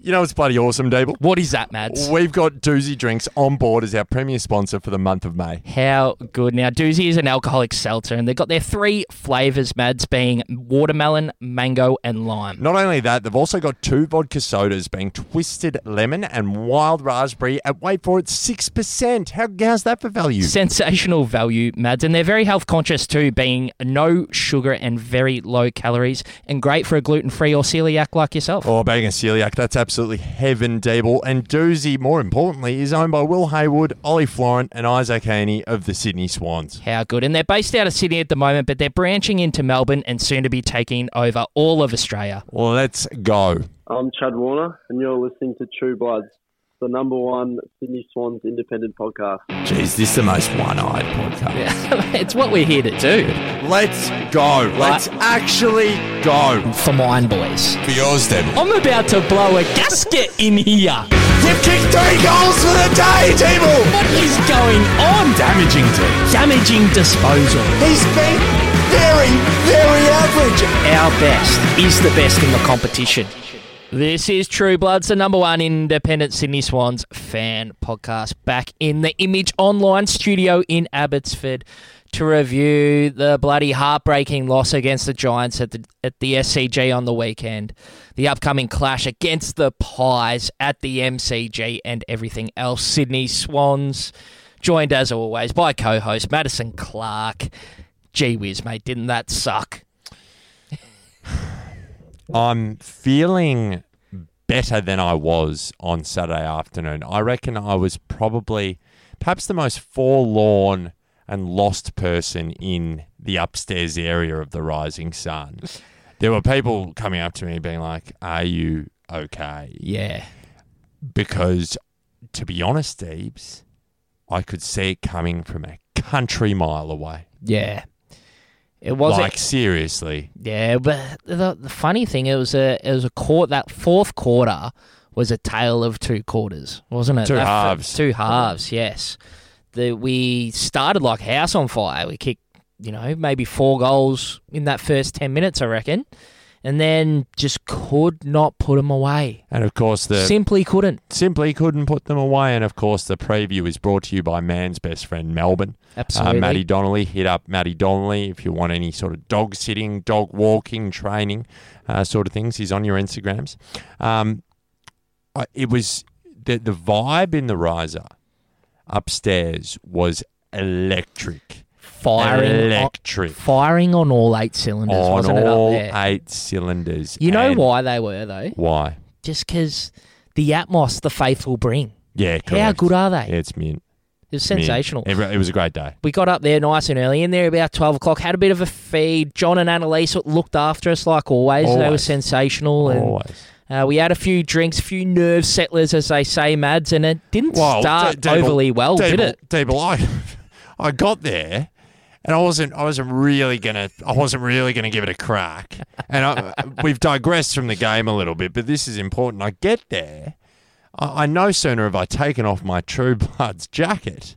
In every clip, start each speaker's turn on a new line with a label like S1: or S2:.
S1: You know, it's bloody awesome, Dable.
S2: What is that, Mads?
S1: We've got Doozy Drinks on board as our premier sponsor for the month of May.
S2: How good. Now, Doozy is an alcoholic seltzer, and they've got their three flavours, Mads, being watermelon, mango, and lime.
S1: Not only that, they've also got two vodka sodas being Twisted Lemon and Wild Raspberry at, wait for it, 6%. How, how's that for value?
S2: Sensational value, Mads. And they're very health conscious too, being no sugar and very low calories, and great for a gluten free or celiac like yourself.
S1: Oh, being a celiac, that's absolutely heaven, Dable. And Doozy, more importantly, is owned by Will Haywood, Ollie Florent, and Isaac Haney of the Sydney Swans.
S2: How good. And they're based out of Sydney at the moment, but they're branching into Melbourne and soon to be taking over all of Australia.
S1: Let's go.
S3: I'm Chad Warner, and you're listening to True Bloods, the number one Sydney Swans independent podcast.
S1: Jeez, this is the most one eyed podcast.
S2: it's what we're here to do.
S1: Let's go. Let's actually go.
S2: For mine, boys.
S1: For yours, Dable.
S2: I'm about to blow a gasket in here.
S1: We've kicked three goals for the day, Dable.
S2: What is going on?
S1: Damaging team.
S2: Damaging disposal.
S1: He's been very, very average.
S2: Our best is the best in the competition. This is True Bloods, the number one independent Sydney Swans fan podcast, back in the Image Online studio in Abbotsford to review the bloody heartbreaking loss against the Giants at the, at the SCG on the weekend, the upcoming clash against the Pies at the MCG, and everything else. Sydney Swans, joined as always by co host Madison Clark. Gee whiz, mate, didn't that suck?
S1: I'm feeling better than I was on Saturday afternoon. I reckon I was probably perhaps the most forlorn and lost person in the upstairs area of the Rising Sun. There were people coming up to me being like, Are you okay?
S2: Yeah.
S1: Because to be honest, Deebs, I could see it coming from a country mile away.
S2: Yeah. It was
S1: like, seriously.
S2: yeah, but the, the funny thing it was a it was a court that fourth quarter was a tale of two quarters, wasn't it?
S1: Two
S2: That fir-
S1: halves.
S2: two halves, yes. The, we started like house on fire. We kicked, you know, maybe four goals in that first ten minutes, I reckon, and then just could not put them away.
S1: And of course, the.
S2: Simply couldn't.
S1: simply couldn't put them away. And of course, the preview is brought to you by man's best friend, Melbourne.
S2: Absolutely.
S1: Uh, Matty Donnelly. Hit up Matty Donnelly if you want any sort of dog sitting, dog walking, training uh, sort of things. He's on your Instagrams. Um, I- it was the, the vibe in the riser upstairs was electric.
S2: Firing on,
S1: electric.
S2: firing on all eight cylinders,
S1: On
S2: wasn't it
S1: all
S2: up there?
S1: eight cylinders.
S2: You know
S1: And
S2: why they were though?
S1: Why?
S2: Just because the atmos the faithful bring.
S1: Yeah, correct.
S2: How good are they?
S1: Yeah, it's mint.
S2: It was
S1: mint.
S2: sensational.
S1: Every- it was a great day.
S2: we got up there nice and early, in there about 12 o'clock, had a bit of a feed. John and Annalise looked after us like always. They were
S1: Always.
S2: sensational. And
S1: Always.
S2: uh, we had a few drinks, a few nerve settlers, as they say, Mads, and it didn't start
S1: D- Dable-
S2: overly well, did
S1: Dable-
S2: it?
S1: Dable, I, I got there, and I wasn't. I wasn't really gonna. I wasn't really gonna give it a crack. And I, we've digressed from the game a little bit, but this is important. I get there. I, I no sooner have I taken off my True Bloods jacket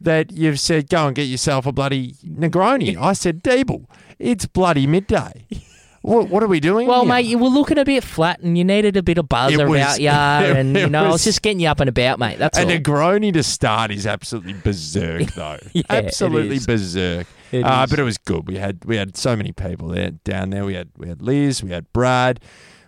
S1: that you've said, "Go and get yourself a bloody Negroni." I said, "Dable, it's bloody midday. What, what are we doing?"
S2: Well,
S1: here?
S2: Oh, mate, you were looking a bit flat and you needed a bit of buzz
S1: It
S2: about
S1: was-
S2: you. And, you
S1: it
S2: know, I was
S1: was-
S2: just getting you up and about, mate. That's
S1: A
S2: all.
S1: Negroni to start is absolutely berserk, though.
S2: Yeah, it
S1: absolutely
S2: is.
S1: berserk.
S2: It
S1: uh,
S2: is.
S1: But it was good. We had we had so many people there down there. We had we had Liz, we had Brad,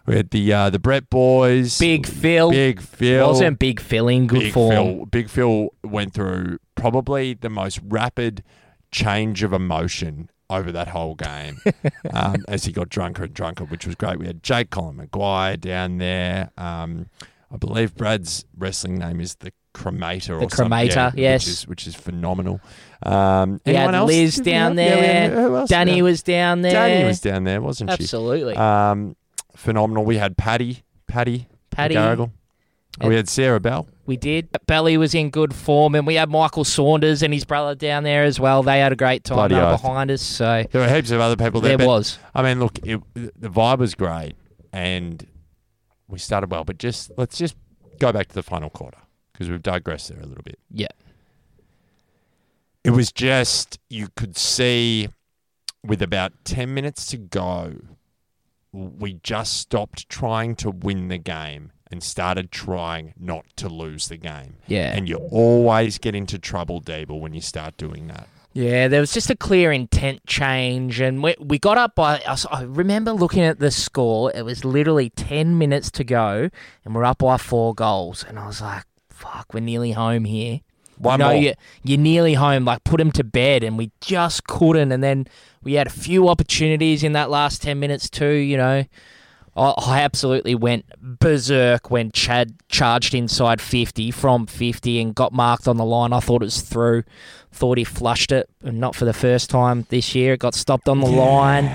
S1: we had the uh, the Brett boys,
S2: Big Phil.
S1: Big Phil,
S2: Wasn't Big Phil in good
S1: Big
S2: form?
S1: Phil. Big Phil went through probably the most rapid change of emotion over that whole game um, as he got drunker and drunker, which was great. We had Jake Colin McGuire down there. Um, I believe Brad's wrestling name is the Cremator.
S2: The
S1: or something,
S2: Cremator, yes.
S1: which is, which is phenomenal. Um,
S2: We
S1: anyone
S2: had
S1: else?
S2: Liz
S1: Did we
S2: down
S1: have- yeah, we
S2: there.
S1: had- who else?
S2: Danny was down there.
S1: Danny was down there, wasn't
S2: Absolutely.
S1: she? Um, phenomenal. We had Patty, Patty,
S2: Paddy.
S1: McGarrigle. We had Sarah Bell.
S2: We did. Belly was in good form, and we had Michael Saunders and his brother down there as well. They had a great time
S1: Bloody
S2: they were
S1: oath.
S2: behind us. So
S1: There were heaps of other people there.
S2: there
S1: but,
S2: was.
S1: I mean, look, it, the vibe was great, and we started well. But just let's just go back to the final quarter because we've digressed there a little bit.
S2: Yeah.
S1: It was just you could see with about ten minutes to go, we just stopped trying to win the game and started trying not to lose the game.
S2: Yeah.
S1: And you always get into trouble, Dable, when you start doing that.
S2: Yeah, there was just a clear intent change, and we, we got up by. I s- I remember looking at the score; it was literally ten minutes to go, and we're up by four goals. And I was like, "Fuck, we're nearly home here."
S1: One
S2: no,
S1: more.
S2: You, you're nearly home. Like, put him to bed, and we just couldn't. And then we had a few opportunities in that last ten minutes too. You know, I, I absolutely went berserk when Chad charged inside 50 from 50 and got marked on the line. I thought it was through. Thought he flushed it, and not for the first time this year. It got stopped on the line.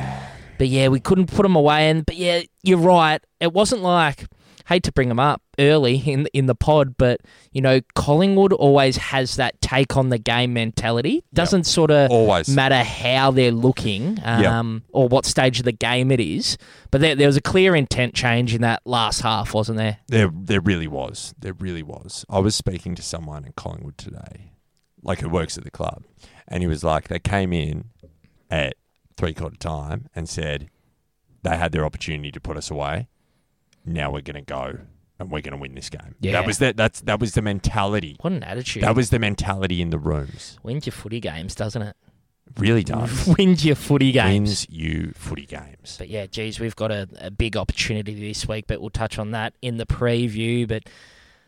S2: But yeah, we couldn't put him away. And but yeah, you're right. It wasn't like hate to bring him up early in in the pod, but you know Collingwood always has that take on the game mentality. Doesn't sort of
S1: Always.
S2: matter how they're looking
S1: Yeah.
S2: um, or what stage of the game it is. But there, there was a clear intent change in that last half, wasn't there?
S1: There, there really was. There really was. I was speaking to someone in Collingwood today, like who works at the club, and he was like, they came in at three quarter time and said they had their opportunity to put us away. Now we're going to go and we're going to win this game.
S2: Yeah.
S1: That was that. That's that was the mentality.
S2: What an attitude.
S1: That was the mentality in the rooms.
S2: Wins your footy games, doesn't it?
S1: Really does.
S2: Wins your footy games.
S1: Wins you footy games.
S2: But yeah, geez, we've got a, a big opportunity this week, but we'll touch on that in the preview. But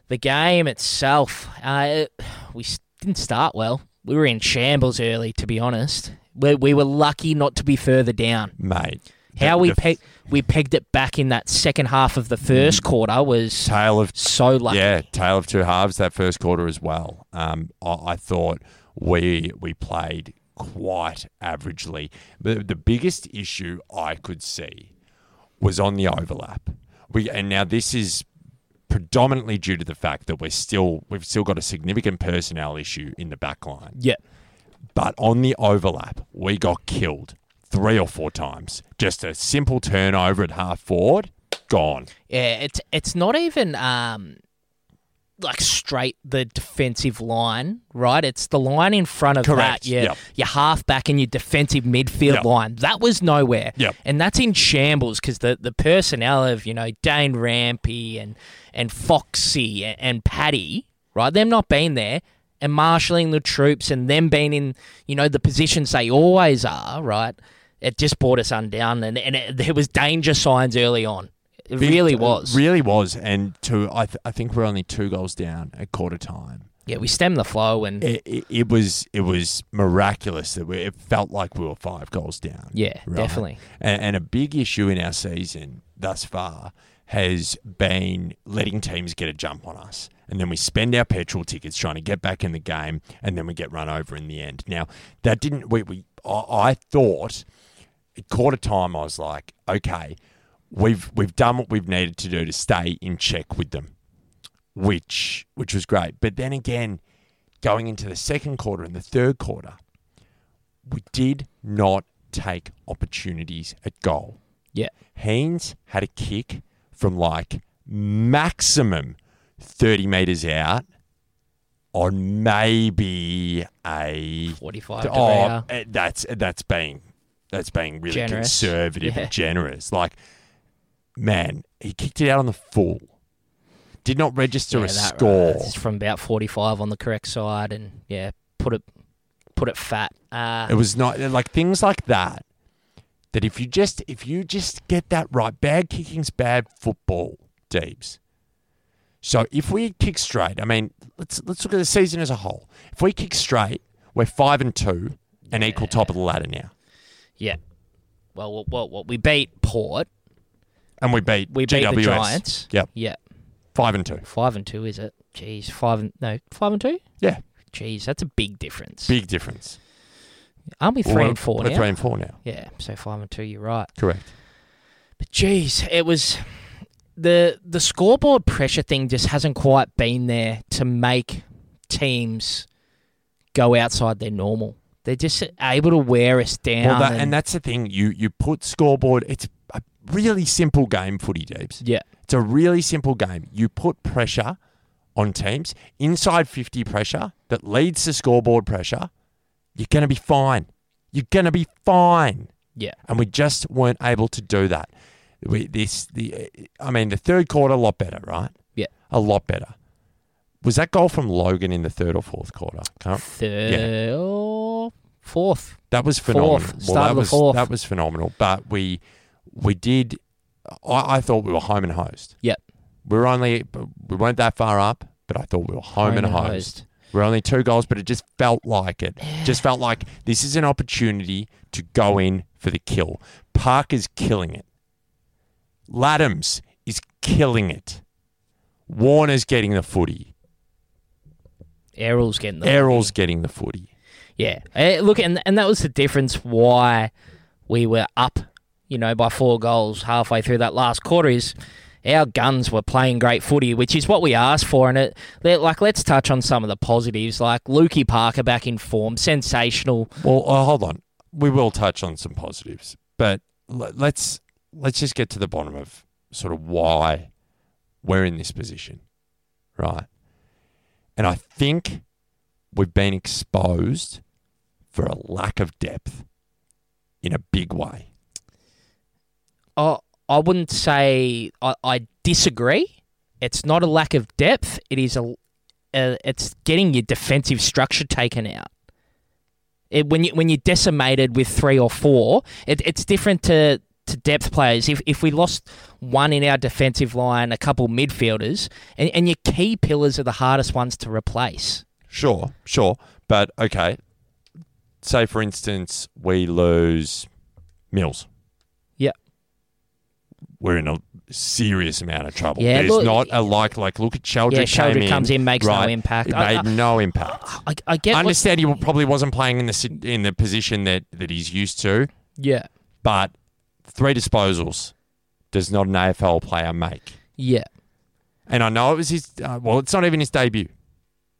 S2: the game itself, uh, we s- didn't start well. We were in shambles early, to be honest. We, we were lucky not to be further down.
S1: Mate.
S2: How
S1: the-
S2: we
S1: the
S2: pe- we pegged it back in that second half of the
S1: Mm.
S2: first quarter was
S1: Tale of
S2: so lucky.
S1: Yeah, tale of two halves that first quarter as well. Um, I, I thought we we played quite averagely. The, the biggest issue I could see was on the overlap. We and now this is predominantly due to the fact that we're still we've still got a significant personnel issue in the back line.
S2: Yeah.
S1: But on the overlap, we got killed three or four times. Just a simple turnover at half forward, gone.
S2: Yeah, it's it's not even um like straight the defensive line, right? It's the line in front of
S1: Correct,
S2: that, your,
S1: yep.
S2: your halfback and your defensive midfield
S1: Yep.
S2: line. That was nowhere.
S1: Yep.
S2: And that's in shambles because the, the personnel of, you know, Dane Rampy and, and Foxy and, and Paddy, right? Them not being there and marshalling the troops and them being in, you know, the positions they always are, right? It just brought us undown and, and it, there was danger signs early on. It
S1: Big-
S2: really was.
S1: Really was. And two, I, th- I think we're only two goals down at quarter time.
S2: Yeah, we stem the flow and
S1: It, it, it was it was miraculous that we, it felt like we were five goals down.
S2: Yeah, definitely.
S1: And, and a big issue in our season thus far has been letting teams get a jump on us. And then we spend our petrol tickets trying to get back in the game, and then we get run over in the end. Now that didn't we, we I, I thought at quarter time, I was like, okay, we've we've done what we've needed to do to stay in check with them, which which was great. But then again, going into the second quarter and the third quarter, we did not take opportunities at goal.
S2: yeah,
S1: Haynes had a kick from like maximum 30 meters out on maybe a
S2: 45 degree
S1: oh,
S2: hour.
S1: eh, that's that's being that's being really
S2: Generous.
S1: conservative
S2: Yeah.
S1: and generous. Like, man, he kicked it out on the full. Did not register
S2: Yeah,
S1: a
S2: that right.
S1: score.
S2: It's from about 45 on the correct side and yeah, put it put it fat.
S1: It
S2: Uh,
S1: was not like things like that. That if you just if you just get that right, bad kicking's bad football, Deebs. So if we kick straight, I mean, let's let's look at the season as a whole. If we kick straight, we're five and two and equal top of the ladder now.
S2: yeah. Well, well, well, well, we beat Port.
S1: And we beat
S2: We beat
S1: GWS.
S2: the Giants.
S1: Yep,
S2: Yeah.
S1: five and two.
S2: 5 and 2 is it? Jeez, 5 and no, 5 and 2?
S1: Yeah,
S2: Jeez, that's a big difference.
S1: big difference.
S2: Aren't we 3
S1: Well,
S2: and 4
S1: we're
S2: now?
S1: Three and four now.
S2: yeah, so 5 and 2, you're right.
S1: Correct.
S2: But geez, it was the the scoreboard pressure thing just hasn't quite been there to make teams go outside their normal. They're just able to wear us down.
S1: well, that, and that's the thing. You you put scoreboard. It's a really simple game, footy, Deebs.
S2: yeah,
S1: It's a really simple game. You put pressure on teams, inside 50 pressure that leads to scoreboard pressure. You're going to be fine. You're going to be fine.
S2: yeah,
S1: And we just weren't able to do that. We, this, the, I mean, the third quarter, a lot better, right?
S2: Yeah.
S1: a lot better. Was that goal from Logan in the third or fourth quarter? Can't,
S2: Third or fourth.
S1: that was phenomenal.
S2: Fourth.
S1: Well,
S2: Start
S1: that
S2: of the
S1: was
S2: fourth.
S1: that was phenomenal. But we we did. I, I thought we were home and host.
S2: Yep.
S1: We were only we weren't that far up, but I thought we were home, and host. We're only two goals, but it just felt like it. Just felt like this is an opportunity to go in for the kill. Parker's killing it. Laddams is killing it. Warner's getting the footy.
S2: Errol's getting the
S1: Errol's getting the footy.
S2: Yeah. Eh, look, and and that was the difference why we were up, you know, by four goals halfway through that last quarter is our guns were playing great footy, which is what we asked for. And it, let- like, let's touch on some of the positives, like Lukey Parker back in form, sensational.
S1: Well, uh, hold on. We will touch on some positives, but l- let's let's just get to the bottom of sort of why we're in this position, right? And I think we've been exposed for a lack of depth in a big way.
S2: I I wouldn't say I, I disagree. It's not a lack of depth. It is a, uh it's getting your defensive structure taken out. It, when you when you're decimated with three or four, it, it's different to to depth players. If if we lost one in our defensive line, a couple midfielders, and, and your key pillars are the hardest ones to replace.
S1: Sure, sure. But okay, say for instance we lose Mills.
S2: Yep.
S1: We're in a serious amount of trouble.
S2: Yeah,
S1: There's
S2: look-
S1: not a like like look at Sheldrick.
S2: Yeah, Sheldrick
S1: came in,
S2: comes in, makes no
S1: right,
S2: impact.
S1: It
S2: I-
S1: made no impact.
S2: I, I get what-
S1: Understand he probably wasn't playing in the sit- in the position that that he's used to,
S2: yeah
S1: but three disposals does not an AFL player make.
S2: yeah
S1: And I know it was his. Uh, well, it's not even his debut.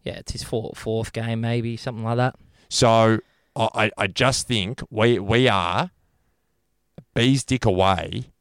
S2: yeah. It's his fourth fourth game maybe something like that.
S1: So I, I- I just think we we are a bee's dick away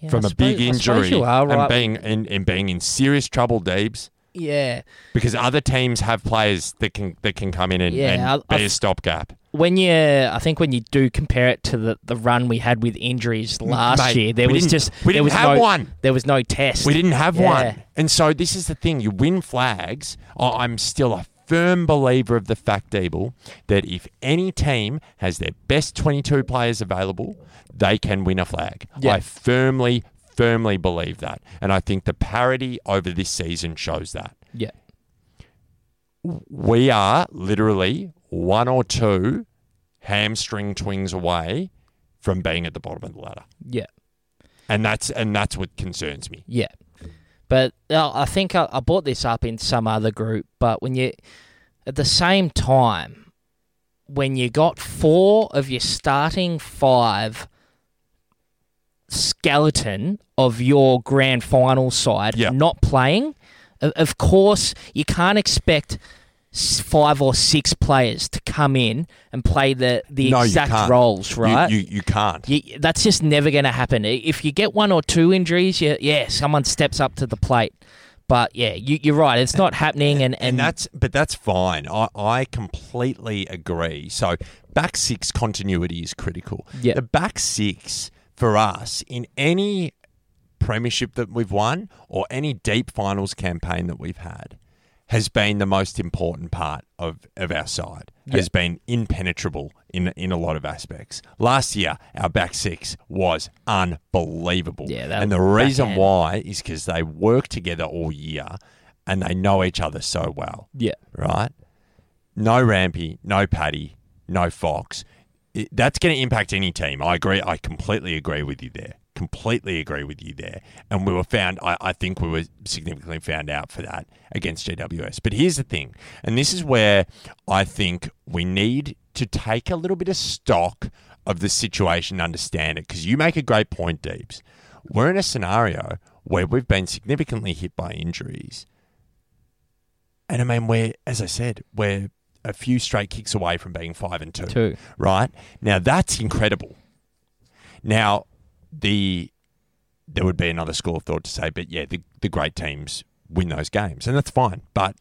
S2: Yeah,
S1: from
S2: I
S1: a big
S2: suppose- I suppose
S1: injury
S2: you are
S1: and
S2: right.
S1: being and, and being in serious trouble, Deebs,
S2: yeah.
S1: because other teams have players that can that can come in and,
S2: Yeah,
S1: and
S2: I-
S1: be
S2: I
S1: a
S2: th-
S1: stopgap.
S2: when you I think when you do compare it to the, the run we had with injuries last
S1: Mm, Mate,
S2: year, there
S1: we
S2: was
S1: didn't-
S2: just
S1: we
S2: there
S1: didn't
S2: was
S1: have
S2: no
S1: one.
S2: There was no test.
S1: We didn't have
S2: Yeah.
S1: one, and so this is the thing: you win flags. I- I'm still a firm believer of the fact, Deeble, that if any team has their best 22 players available, they can win a flag.
S2: Yeah.
S1: I firmly, firmly believe that, and I think the parity over this season shows that.
S2: Yeah.
S1: we are literally one or two hamstring twings away from being at the bottom of the ladder,
S2: Yeah.
S1: and that's and that's what concerns me.
S2: Yeah. But uh, I think I, I brought this up in some other group, but when you at the same time when you got four of your starting five skeleton of your grand final side
S1: Yeah.
S2: not playing, o- of course you can't expect s- five or six players to come in and play the, the
S1: No, you
S2: exact
S1: can't.
S2: roles, right?
S1: You, you, you can't.
S2: You, that's just never going to happen. I- If you get one or two injuries, you, yeah, someone steps up to the plate. But yeah, you, you're right. It's not happening, and, and,
S1: and that's but that's fine. I, I completely agree. So back six continuity is critical.
S2: Yeah.
S1: The back six for us in any premiership that we've won or any deep finals campaign that we've had has been the most important part of, of our side. Has been impenetrable in in a lot of aspects. Last year our back six was unbelievable.
S2: Yeah, that
S1: and the reason
S2: backhand.
S1: why is because they work together all year and they know each other so well,
S2: yeah,
S1: right? No Rampy, no Paddy, no Fox. It- that's going to impact any team. I agree. I completely agree with you there. Completely agree with you there. And we were found, I, I think we were significantly found out for that against GWS. But here's the thing, and this is where I think we need to take a little bit of stock of the situation, understand it, because you make a great point, Deeps. We're in a scenario where we've been significantly hit by injuries. And I mean, we're, as I said, we're a few straight kicks away from being five and two.
S2: Two.
S1: Right? Now, that's incredible. Now, the there would be another school of thought to say, but yeah, the, the great teams win those games, and that's fine. But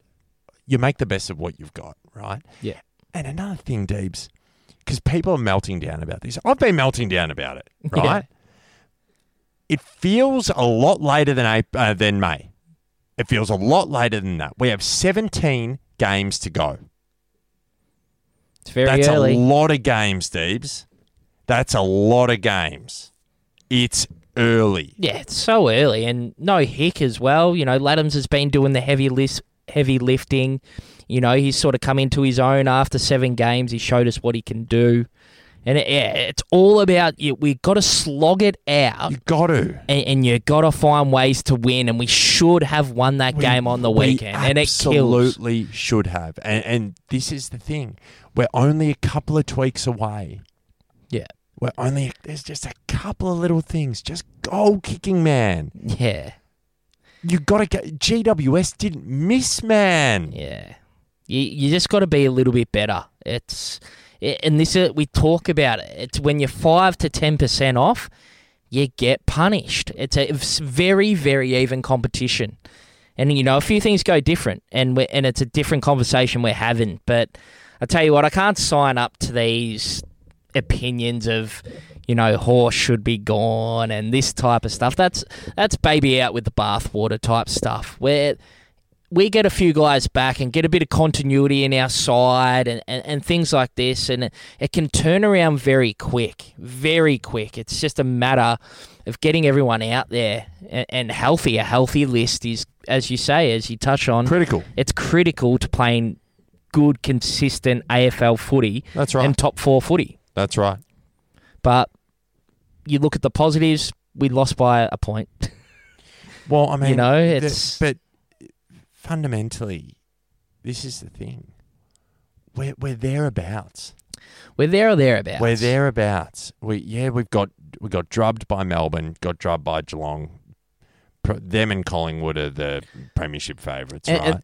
S1: you make the best of what you've got, right?
S2: yeah,
S1: And another thing, Deebs, because people are melting down about this. I've been melting down about it,
S2: Yeah.
S1: right? It feels a lot later than April, uh, than May. It feels a lot later than that. We have 17 games to go.
S2: It's very
S1: That's
S2: early.
S1: a lot of games, Deebs. That's a lot of games. It's early.
S2: yeah, it's so early, and no hick as well. You know, Laddams has been doing the heavy list, heavy lifting. You know, he's sort of come into his own after seven games. He showed us what he can do, and it, yeah, it's all about you, we got to slog it out,
S1: You got to.
S2: and, and you got to find ways to win. And we should have won that game on the weekend,
S1: we
S2: and it kills.
S1: absolutely should have. And, and this is the thing: we're only a couple of tweaks away.
S2: Yeah,
S1: We're only there's just a couple of little things. Just goal kicking, man.
S2: yeah,
S1: You got to get GWS didn't miss, man.
S2: yeah. You you just got to be a little bit better. It's it, and this is we talk about it. It's when you're five to ten percent off, you get punished. It's a it's very very even competition, and you know a few things go different, and we and it's a different conversation we're having. But I tell you what, I can't sign up to these opinions of you know horse should be gone and this type of stuff. That's that's baby out with the bathwater type stuff where. We get a few guys back and get a bit of continuity in our side and, and, and things like this, and it, it can turn around very quick, very quick. It's just a matter of getting everyone out there and, and healthy. A healthy list is, as you say, as you touch on,
S1: Critical.
S2: it's critical to playing good, consistent AFL footy
S1: That's right.
S2: and top four footy.
S1: That's right.
S2: But you look at the positives, we lost by a point.
S1: Well, I mean,
S2: know,
S1: the-
S2: it's-
S1: but fundamentally, this is the thing. We're we're thereabouts.
S2: We're there or thereabouts.
S1: We're thereabouts. We yeah, we've got we got drubbed by Melbourne, got drubbed by Geelong. Pro- them and Collingwood are the premiership favourites,
S2: And-
S1: right?
S2: and-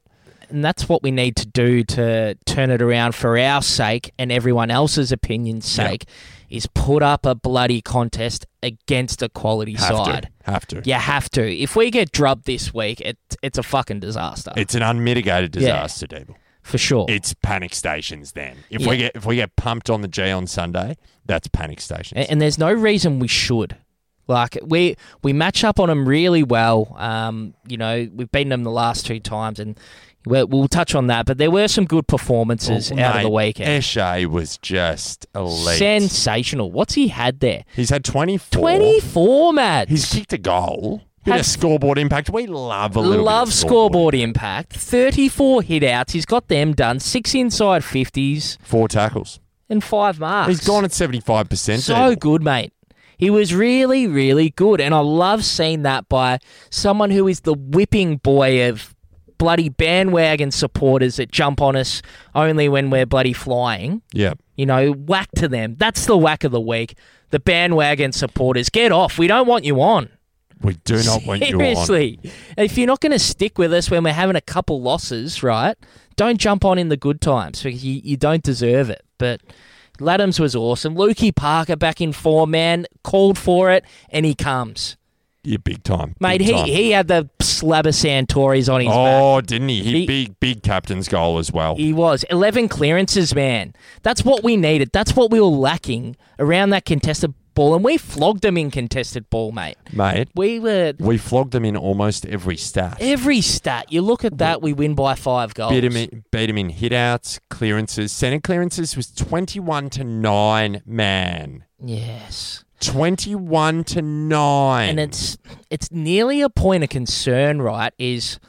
S2: And that's what we need to do to turn it around for our sake and everyone else's opinion's
S1: Yeah.
S2: sake is put up a bloody contest against a quality
S1: have
S2: side.
S1: to, have to.
S2: You have to. If we get drubbed this week, it, it's a fucking disaster.
S1: It's an unmitigated disaster, Deeble.
S2: Uh, for sure.
S1: It's panic stations. Then, if
S2: Yeah.
S1: we get if we get pumped on the G on Sunday, that's panic stations.
S2: And, and there's no reason we should. Like we we match up on them really well. Um, you know, we've beaten them the last two times, and we'll, we'll touch on that. But there were some good performances out of the
S1: Oh, Mate,
S2: weekend.
S1: Eshay was just elite.
S2: Sensational. What's he had there?
S1: He's had 24.
S2: Twenty four Mads.
S1: He's kicked a goal. Bit
S2: Had-
S1: of scoreboard impact. We love a little
S2: Love
S1: bit of
S2: scoreboard impact. Thirty four hit outs. He's got them done. Six inside fifties
S1: Four tackles.
S2: and five marks.
S1: He's gone at 75%.
S2: So
S1: Dave.
S2: good, mate. He was really, really good. And I love seeing that by someone who is the whipping boy of bloody bandwagon supporters that jump on us only when we're bloody flying.
S1: Yeah.
S2: You know, whack to them. That's the whack of the week. The bandwagon supporters, get off. We don't want you on.
S1: We do not want you on.
S2: Seriously. If you're not going to stick with us when we're having a couple losses, right? Don't jump on in the good times because you, you don't deserve it. But Laddams was awesome. Lukey Parker back in form, man. Called for it and he comes.
S1: Yeah, big time.
S2: Mate,
S1: big
S2: he,
S1: time.
S2: he had the slab of Santoris on his back.
S1: Oh, didn't he? He,
S2: He-
S1: big, big captain's goal as well.
S2: He was. 11 clearances, man. That's what we needed. That's what we were lacking around that contested ball. And we flogged them in contested ball, mate.
S1: Mate,
S2: We were.
S1: we flogged them in almost every stat.
S2: Every stat, you look at that, we win by five goals.
S1: Beat him, in, beat him in hitouts, clearances. Senate clearances was 21 to 9, man.
S2: Yes.
S1: 21 to 9.
S2: And it's it's nearly a point of concern, right? Is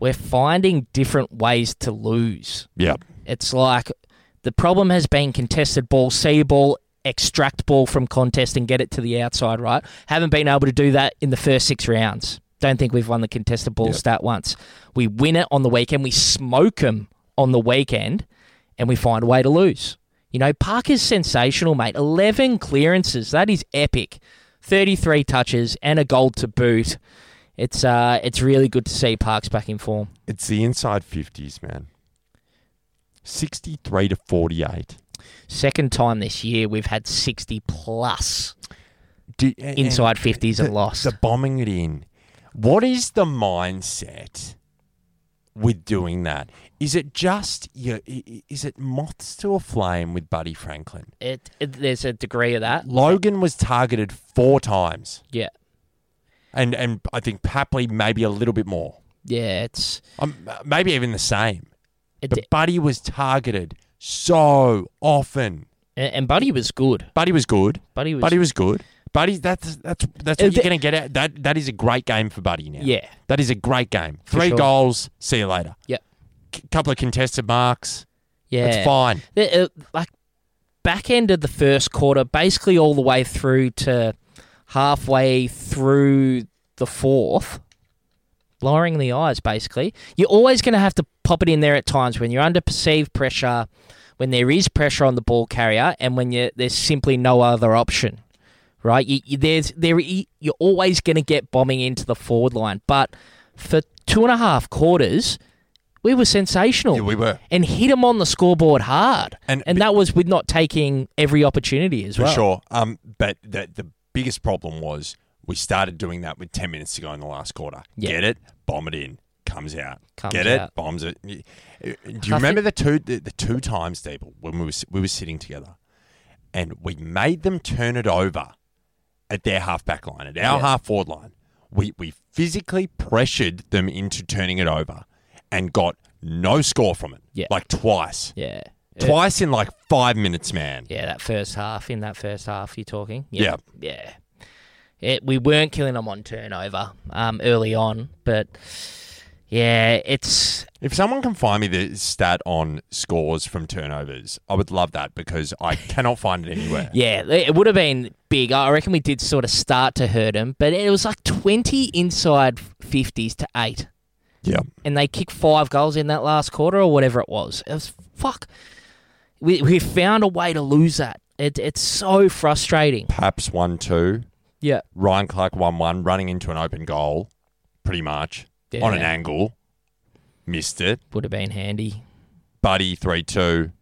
S2: we're finding different ways to lose.
S1: Yep.
S2: It's like the problem has been contested ball, see ball, extract ball from contest and get it to the outside, right? Haven't been able to do that in the first six rounds. Don't think we've won the contested ball
S1: Yep.
S2: stat once. We win it on the weekend, we smoke them on the weekend, and we find a way to lose. You know, Parker's sensational, mate. 11 clearances. That is epic. 33 touches and a goal to boot. It's uh, it's really good to see Parks back in form.
S1: It's the inside 50s, man. 63 to 48.
S2: Second time this year we've had 60 plus
S1: Do- and-
S2: inside 50s
S1: the,
S2: and lost.
S1: The bombing it in. What is the mindset with doing that? Is it just your, i- i- is it moths to a flame with Buddy Franklin?
S2: It, it- there's a degree of that.
S1: Logan was targeted four times,
S2: Yeah.
S1: and and I think Papley maybe a little bit more.
S2: Yeah, it's
S1: Um, maybe even the same.
S2: it,
S1: But Buddy was targeted so often.
S2: and and Buddy was good.
S1: Buddy was good.
S2: Buddy was
S1: Buddy was good. Buddy, that's that's that's
S2: Uh,
S1: what you're
S2: the-
S1: going to get out. That that is a great game for Buddy now.
S2: yeah,
S1: that is a great game. Three
S2: sure.
S1: goals. See you later.
S2: Yep.
S1: C- couple of contested marks.
S2: yeah.
S1: That's fine.
S2: The, uh, like back end of the first quarter, basically all the way through to halfway through the fourth, lowering the eyes. Basically, you're always going to have to pop it in there at times when you're under perceived pressure, when there is pressure on the ball carrier, and when you there's simply no other option. Right, you, you, there's there. i- You're always going to get bombing into the forward line, but for two and a half quarters, we were sensational
S1: Yeah, we were.
S2: and hit him on the scoreboard hard.
S1: And-
S2: And, that was with not taking every opportunity as
S1: For
S2: well.
S1: sure. Um, but the, the biggest problem was we started doing that with 10 minutes to go in the last quarter.
S2: Yeah.
S1: Get it, bomb it in, comes out.
S2: Comes
S1: Get
S2: out.
S1: it, bombs it. Do you
S2: I
S1: remember the two the, the two times, Deeble, when we were, s- we were sitting together and we made them turn it over at their half back line, at our
S2: Yeah.
S1: half forward line? We, we physically pressured them into turning it over and got no score from it.
S2: Yeah.
S1: Like twice.
S2: Yeah. Uh,
S1: Twice in like five minutes, man.
S2: yeah, that first half. In that first half, you're talking.
S1: Yeah.
S2: Yeah. It, we weren't killing them on turnover um, early on, but yeah, it's
S1: If someone can find me the stat on scores from turnovers, I would love that because I cannot find it anywhere.
S2: yeah, it would have been big. I reckon we did sort of start to hurt them, but it was like twenty inside fifties to eight.
S1: Yeah.
S2: and they kicked five goals in that last quarter or whatever it was. It was fuck. We we found a way to lose that. It, it's so frustrating.
S1: Paps 1 2,
S2: Yeah.
S1: Ryan Clark 1 1, running into an open goal, pretty much, on an
S2: Yeah.
S1: angle. Missed it.
S2: Would have been handy.
S1: Buddy 3 2.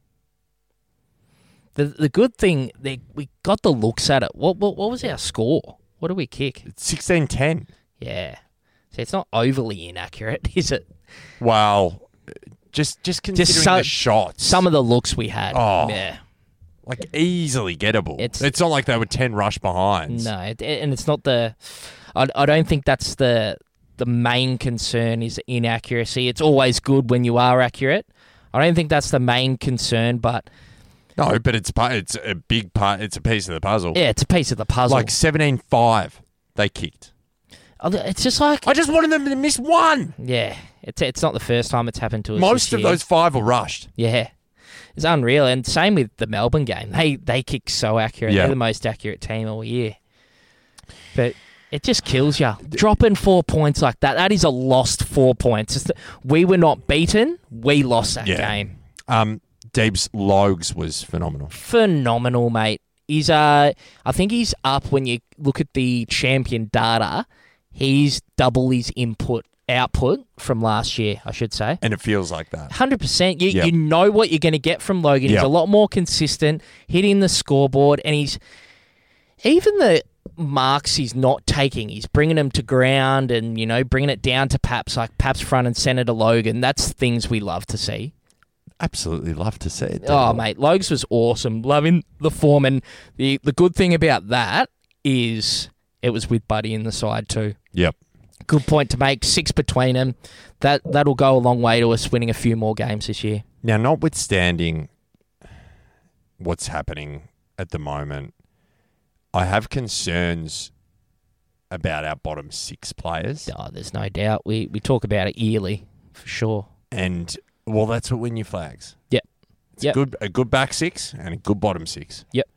S2: The the good thing they we got the looks at it. What what, what was our score? What did we kick?
S1: 16 10.
S2: Yeah. So it's not overly inaccurate, is it?
S1: Wow. Just just considering
S2: so-
S1: the shots.
S2: Some of the looks we had.
S1: Oh.
S2: Yeah.
S1: like easily gettable. It's,
S2: It's-
S1: not like they were 10 rush behinds.
S2: No, it, it- and it's not the. I, I don't think that's the the main concern is inaccuracy. It's always good when you are accurate. I don't think that's the main concern, but
S1: No, but it's pa- it's a big part. It's a piece of the puzzle.
S2: yeah, it's a piece of the puzzle. Oh,
S1: Like 17 5, they kicked.
S2: it's just like
S1: I just wanted them to miss one.
S2: yeah, it's it's not the first time it's happened to us.
S1: Most
S2: this
S1: of
S2: year.
S1: those five were rushed.
S2: yeah. It's unreal, and same with the Melbourne game. They they kick so accurate.
S1: Yeah.
S2: They're the most accurate team all year. But it just kills you. Dropping four points like that, that is a lost four points. It's the- we were not beaten. We lost that
S1: Yeah.
S2: game.
S1: Um, Deeb's Logs was phenomenal.
S2: Phenomenal, mate. He's uh, I think he's up when you look at the champion data. He's double his input output from last year, I should say.
S1: And it feels like that.
S2: Hundred percent. You
S1: Yeah.
S2: you know what you're going to get from Logan.
S1: Yeah.
S2: He's a lot more consistent, hitting the scoreboard, and he's even the marks he's not taking. He's bringing them to ground, and you know, bringing it down to Paps, like Paps front and center to Logan. That's things we love to see.
S1: Absolutely love to see it.
S2: Oh mate, Logs was awesome. Loving the form, and the the good thing about that is it was with Buddy in the side too.
S1: Yep.
S2: Good point to make. Six between them. That that'll go a long way to us winning a few more games this year.
S1: Now, notwithstanding what's happening at the moment, I have concerns about our bottom six players.
S2: Oh, there's no doubt. We we talk about it yearly for sure.
S1: And, well, that's what win your flags.
S2: Yep.
S1: It's
S2: Yep.
S1: a, good, a good back six and a good bottom six.
S2: Yep.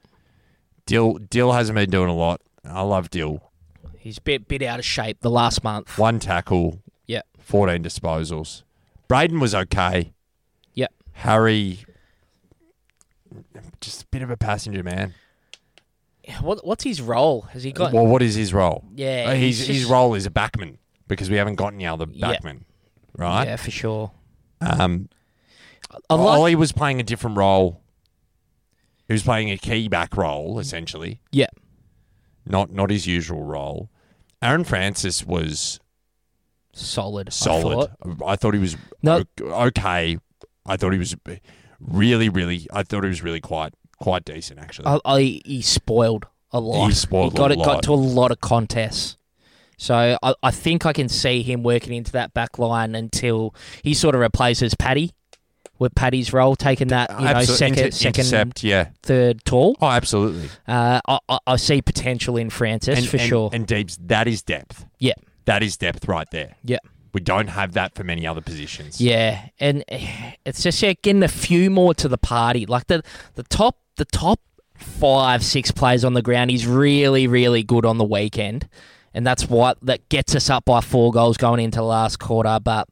S1: Dill, Dill hasn't been doing a lot. I love Dill.
S2: He's a bit bit out of shape the last month.
S1: One tackle,
S2: Yep.
S1: 14 disposals. Braden was okay.
S2: Yep.
S1: Harry, just a bit of a passenger man.
S2: What what's his role? Has he got?
S1: well, what is his role?
S2: Yeah,
S1: Uh, his,
S2: he's just-
S1: his role is a backman because we haven't got any other
S2: Yeah.
S1: backman, right?
S2: yeah, for sure.
S1: Um,
S2: I like,
S1: Ollie was playing a different role. He was playing a key back role essentially,
S2: yeah,
S1: not not his usual role. Aaron Francis was
S2: solid. I
S1: solid.
S2: thought.
S1: I thought, he was
S2: No.
S1: o- okay. I thought he was really, really. I thought he was really quite, quite decent actually.
S2: I, I, he spoiled a lot.
S1: Uh, He spoiled
S2: got
S1: a
S2: it.
S1: lot.
S2: Got to a lot of contests. So I, I think I can see him working into that back line until he sort of replaces Paddy with Paddy's role, taking that you know
S1: Absolute-
S2: second,
S1: inter-
S2: second,
S1: intercept, yeah.
S2: third tall.
S1: Oh, absolutely.
S2: Uh, I, I, I see potential in Francis for sure.
S1: And deeps, that is depth.
S2: yeah,
S1: That is depth right there.
S2: yeah.
S1: We don't have that for many other positions.
S2: Yeah, and it's just yeah, getting a few more to the party. Like the the top the top five six players on the ground. He's really really good on the weekend, and that's what that gets us up by four goals going into the last quarter. But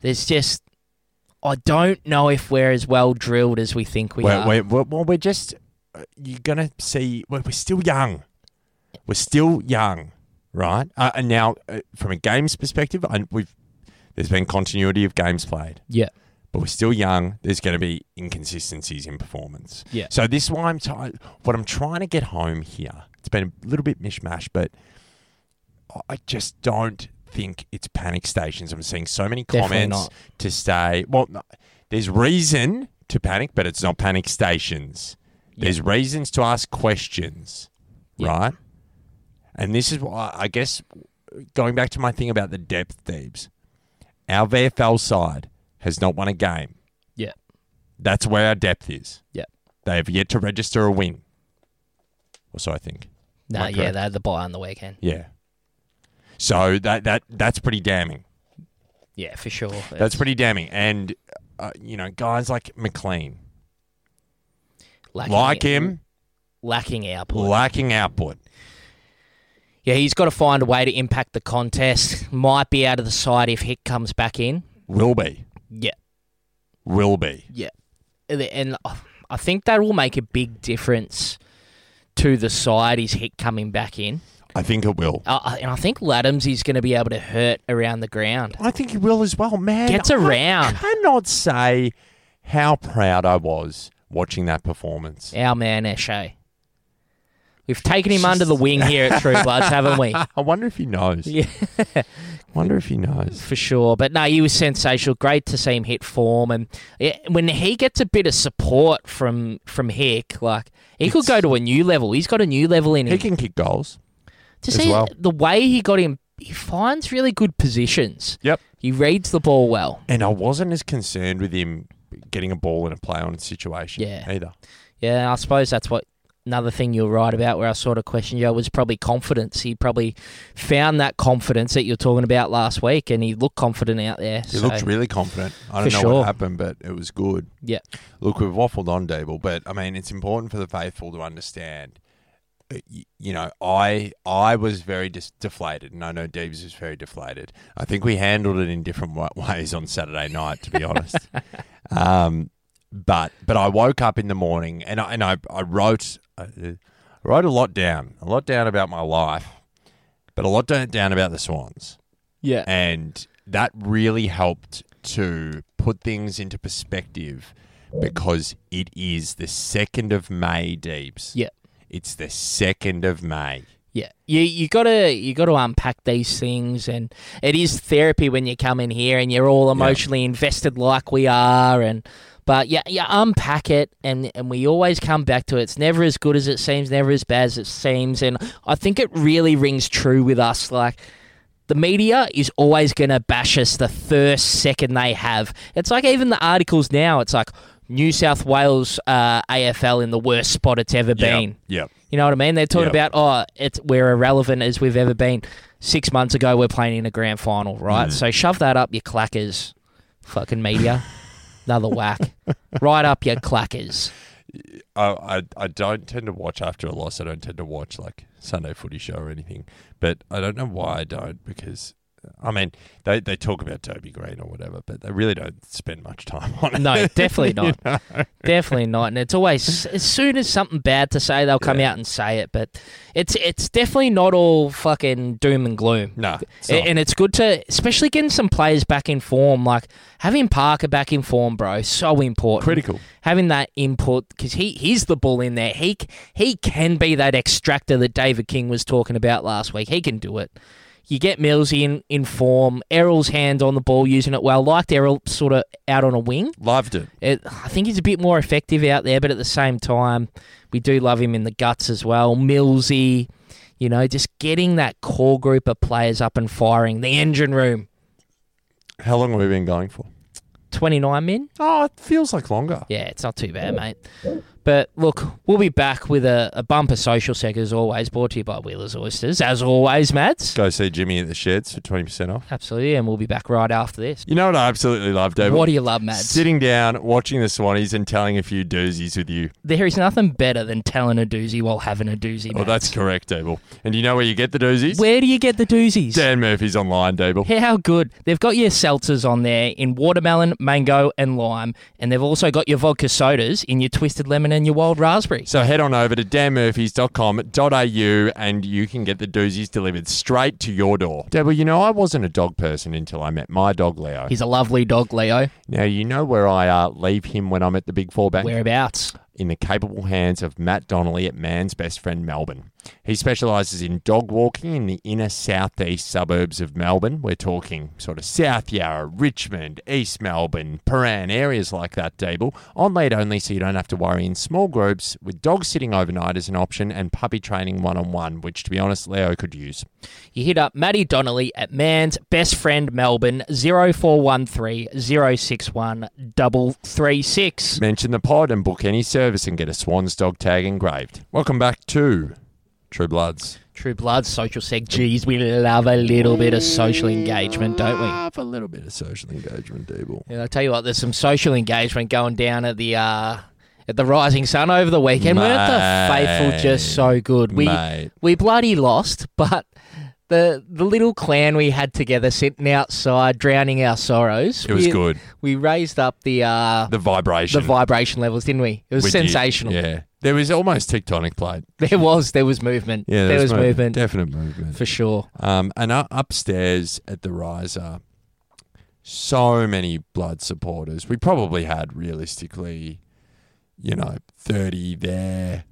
S2: there's just I don't know if we're as well drilled as we think we
S1: we're,
S2: are.
S1: We're, we're, well, we're just, uh, you're going to see, we're, we're still young. We're still young, right? Uh, and now, uh, from a games perspective, and we've there's been continuity of games played,
S2: yeah,
S1: but we're still young. There's going to be inconsistencies in performance.
S2: Yeah.
S1: So this is why I'm try- what I'm trying to get home here. It's been a little bit mishmash, but I just don't think it's panic stations. I'm seeing so many
S2: Definitely
S1: comments
S2: not.
S1: to stay. Well, no, there's reason to panic, but it's not panic stations. There's reasons to ask questions,
S2: Yeah.
S1: right? And this is why I guess going back to my thing about the depth thieves, our VFL side has not won a game.
S2: yeah,
S1: That's where our depth is.
S2: yeah.
S1: They have yet to register a win. Or so I think.
S2: No,
S1: Am I
S2: yeah,
S1: correct?
S2: they had the buy on the weekend.
S1: Yeah. So that that that's pretty damning.
S2: Yeah, for sure.
S1: That's pretty damning. And uh, you know, guys like McLean,
S2: lacking,
S1: like him,
S2: lacking output.
S1: lacking output.
S2: Yeah, he's got to find a way to impact the contest. Might be out of the side if Hick comes back in.
S1: Will be,
S2: Yeah,
S1: will be.
S2: yeah. And- And I think that will make a big difference to the side is Hick coming back in.
S1: I think it will.
S2: Uh, and I think Laddams is going to be able to hurt around the ground.
S1: I think he will as well, man.
S2: Gets around.
S1: I cannot say how proud I was watching that performance.
S2: Our man, Eshe. We've taken him under the wing here at True Bloods, haven't we?
S1: I wonder if he knows.
S2: Yeah.
S1: Wonder if he knows.
S2: for sure. But no, he was sensational. Great to see him hit form, and yeah, when he gets a bit of support from from Hick, like he could go to a new level. He's got a new level in him.
S1: He can kick goals.
S2: to
S1: as
S2: see
S1: well.
S2: the way he got him, he finds really good positions.
S1: Yep.
S2: He reads the ball well.
S1: And I wasn't as concerned with him getting a ball in a play on situation
S2: Yeah.
S1: either.
S2: Yeah, I suppose that's what another thing you're right about where I sort of questioned you was probably confidence. He probably found that confidence that you're talking about last week, and he looked confident out there.
S1: He
S2: so,
S1: looked really confident. I don't
S2: For
S1: know
S2: sure.
S1: what happened, but it was good.
S2: yeah,
S1: Look, we've waffled on Deeble, but I mean, it's important for the faithful to understand. uh, y- You know, I I was very dis- deflated, and I know Deebs was very deflated. I think we handled it in different wa- ways on Saturday night, to be honest. um, but but I woke up in the morning, and I and I, I wrote uh, I wrote a lot down, a lot down about my life, but a lot down down about the Swans
S2: yeah,
S1: and that really helped to put things into perspective because it is the second of May, Deeps.
S2: yeah.
S1: It's the second of May.
S2: Yeah, you you gotta you gotta unpack these things, and it is therapy when you come in here and you're all emotionally invested like we are, and but yeah, you unpack it, and and we always come back to it. It's never as good as it seems, never as bad as it seems, and I think it really rings true with us, like. The media is always going to bash us the first second they have. It's like even the articles now, it's like New South Wales uh, AFL in the worst spot it's ever been.
S1: Yep.
S2: You know what I mean? They're talking
S1: Yep.
S2: about oh, it's we're irrelevant as we've ever been. Six months ago, we're playing in a grand final,
S1: Mm.
S2: right? So shove that up your clackers, fucking media. Another whack, right up your clackers.
S1: I, I I don't tend to watch after a loss. I don't tend to watch like Sunday Footy Show or anything. But I don't know why I don't because I mean they, they talk about Toby Green or whatever, but they really don't spend much time on it.
S2: No, definitely not. Definitely not. And it's always as soon as something bad to say, they'll come out and say it. But it's it's definitely not all fucking doom and gloom.
S1: No, it's
S2: A-
S1: not.
S2: and it's good to, especially getting some players back in form. Like having Parker back in form, bro, so important.
S1: Critical.
S2: Having that input because he he's the bull in there. He c- he can be that extractor that David King was talking about last week. He can do it. You get Mills in in form. Errol's hands on the ball, using it well. Liked Errol sort of out on a wing.
S1: Loved it.
S2: It, I think he's a bit more effective out there, but at the same time, we do love him in the guts as well. Millsy, You know, just getting that core group of players up and firing. The engine room,
S1: How long have we been going for?
S2: 29 min.
S1: Oh, it feels like longer.
S2: Yeah, it's not too bad, mate. But look, we'll be back with a, a bumper social sector as always, brought to you by Wheelers Oysters. As always, Mads.
S1: Go see Jimmy at the sheds for 20% off.
S2: Absolutely, and we'll be back right after this.
S1: You know what I absolutely love, David?
S2: What do you love, Mads?
S1: Sitting down, watching the Swannies and telling a few doozies with you.
S2: there is nothing better than telling a doozy while having a doozy.
S1: Well,
S2: Mads.
S1: Oh, that's correct, Dable. And you know where you get the doozies?
S2: Where do you get the doozies?
S1: Dan Murphy's online, Dable.
S2: How good. They've got your seltzers on there in watermelon, mango, and lime. And they've also got your vodka sodas in your twisted lemon and your wild raspberry.
S1: So head on over to danmurphys.com.au and you can get the doozies delivered straight to your door. Dable, you know, I wasn't a dog person until I met my dog, Leo.
S2: He's a lovely dog, Leo.
S1: Now, you know where I uh, leave him when I'm at the Big Four Bank?
S2: Whereabouts?
S1: in the capable hands of Matt Donnelly at Man's Best Friend Melbourne. He specialises in dog walking in the inner southeast suburbs of Melbourne. We're talking sort of South Yarra, Richmond, East Melbourne, Paran, areas like that, Dable. On lead only, so you don't have to worry in small groups, with dogs sitting overnight as an option and puppy training one on one, which to be honest, Leo could use.
S2: You hit up Maddie Donnelly at Man's Best Friend Melbourne 0413 061 336.
S1: Mention the pod and book any service and get a swan's dog tag engraved. Welcome back to True Bloods.
S2: True Blood, Social Seg. Geez, we love a little bit of social engagement, don't we?
S1: Have a little bit of social engagement, Dable.
S2: And I tell you what, there's some social engagement going down at the uh, at the Rising Sun over the weekend. Weren't the faithful just so good? We
S1: Mate.
S2: we bloody lost, but the the little clan we had together sitting outside, drowning our sorrows.
S1: It was
S2: we,
S1: good.
S2: We raised up the uh,
S1: The vibration.
S2: the vibration levels, didn't we? It was
S1: with you.
S2: sensational.
S1: Yeah. There was almost tectonic plate.
S2: There was there was movement.
S1: Yeah,
S2: there was movement
S1: Definite movement.
S2: for sure.
S1: Um, and u- upstairs at the riser, so many blood supporters. We probably had realistically, you know, 30 there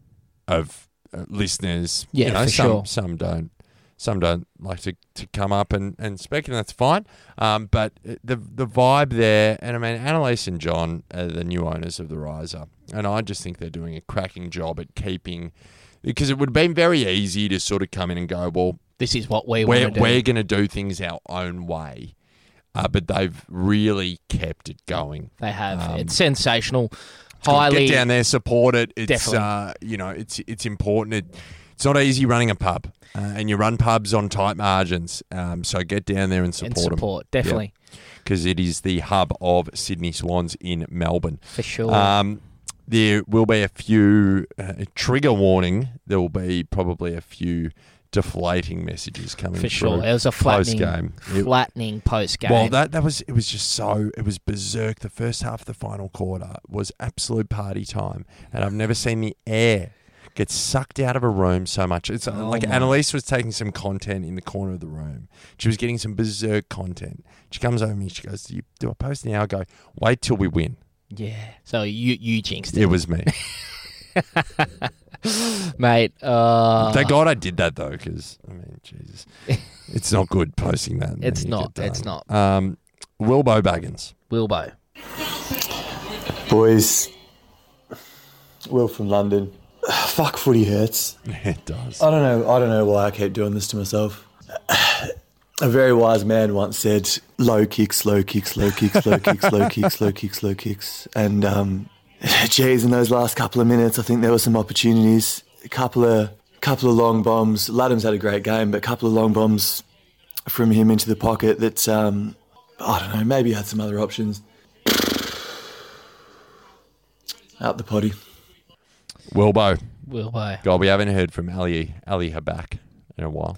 S1: of uh, listeners. You
S2: Yeah,
S1: know,
S2: for
S1: some,
S2: sure.
S1: Some don't. Some don't like to, to come up and, and speak, and that's fine. Um, but uh, the the vibe there, and I mean, Annalise and John are the new owners of the Riser, and I just think they're doing a cracking job at keeping, because it would have been very easy to sort of come in and go, well,
S2: This is what we
S1: we're,
S2: want to do.
S1: we're going to do things our own way. Uh, but they've really kept it going.
S2: They have
S1: Um,
S2: it's sensational. Highly
S1: Get down there, support it. It's
S2: Definitely.
S1: uh, you know, it's it's important. It, it's not easy running a pub, uh, and you run pubs on tight margins. Um, so get down there and
S2: and
S1: support,
S2: support, definitely
S1: because it is the hub of Sydney Swans in Melbourne.
S2: for sure.
S1: Um, there will be a few uh, trigger warning. There will be probably a few deflating messages coming
S2: for sure.
S1: through.
S2: It was a flattening,
S1: Post-game. It-
S2: flattening post game.
S1: Well, that that was it was just so it was berserk. The first half of the final quarter was absolute party time, and I've never seen the air get sucked out of a room so much. It's uh,
S2: Oh
S1: like
S2: my.
S1: Annalise was taking some content in the corner of the room. She was getting some berserk content. She comes over to me. She goes, "Do, you, do I post now?" I go, "Wait till we win."
S2: yeah. So you you jinxed it,
S1: It was me.
S2: mate. Uh,
S1: Thank God I did that though, because I mean, Jesus, it's not good posting that. and then
S2: It's
S1: you
S2: not,
S1: get
S2: it's
S1: done.
S2: not.
S1: Um, Wilbo Baggins.
S2: Wilbo.
S4: Boys, Will from London. Fuck, footy hurts.
S1: it does.
S4: I don't know. I don't know why I keep doing this to myself. A very wise man once said, "Low kicks, low kicks, low kicks, low kicks, low kicks, low kicks, low kicks." And um, geez, in those last couple of minutes, I think there were some opportunities. A couple of couple of long bombs. Laddams had a great game, but a couple of long bombs from him into the pocket. That um, I don't know. Maybe had some other options. Out the potty.
S1: Wilbo.
S2: Wilbo.
S1: God, we haven't heard from Ali Ali Habak in a while.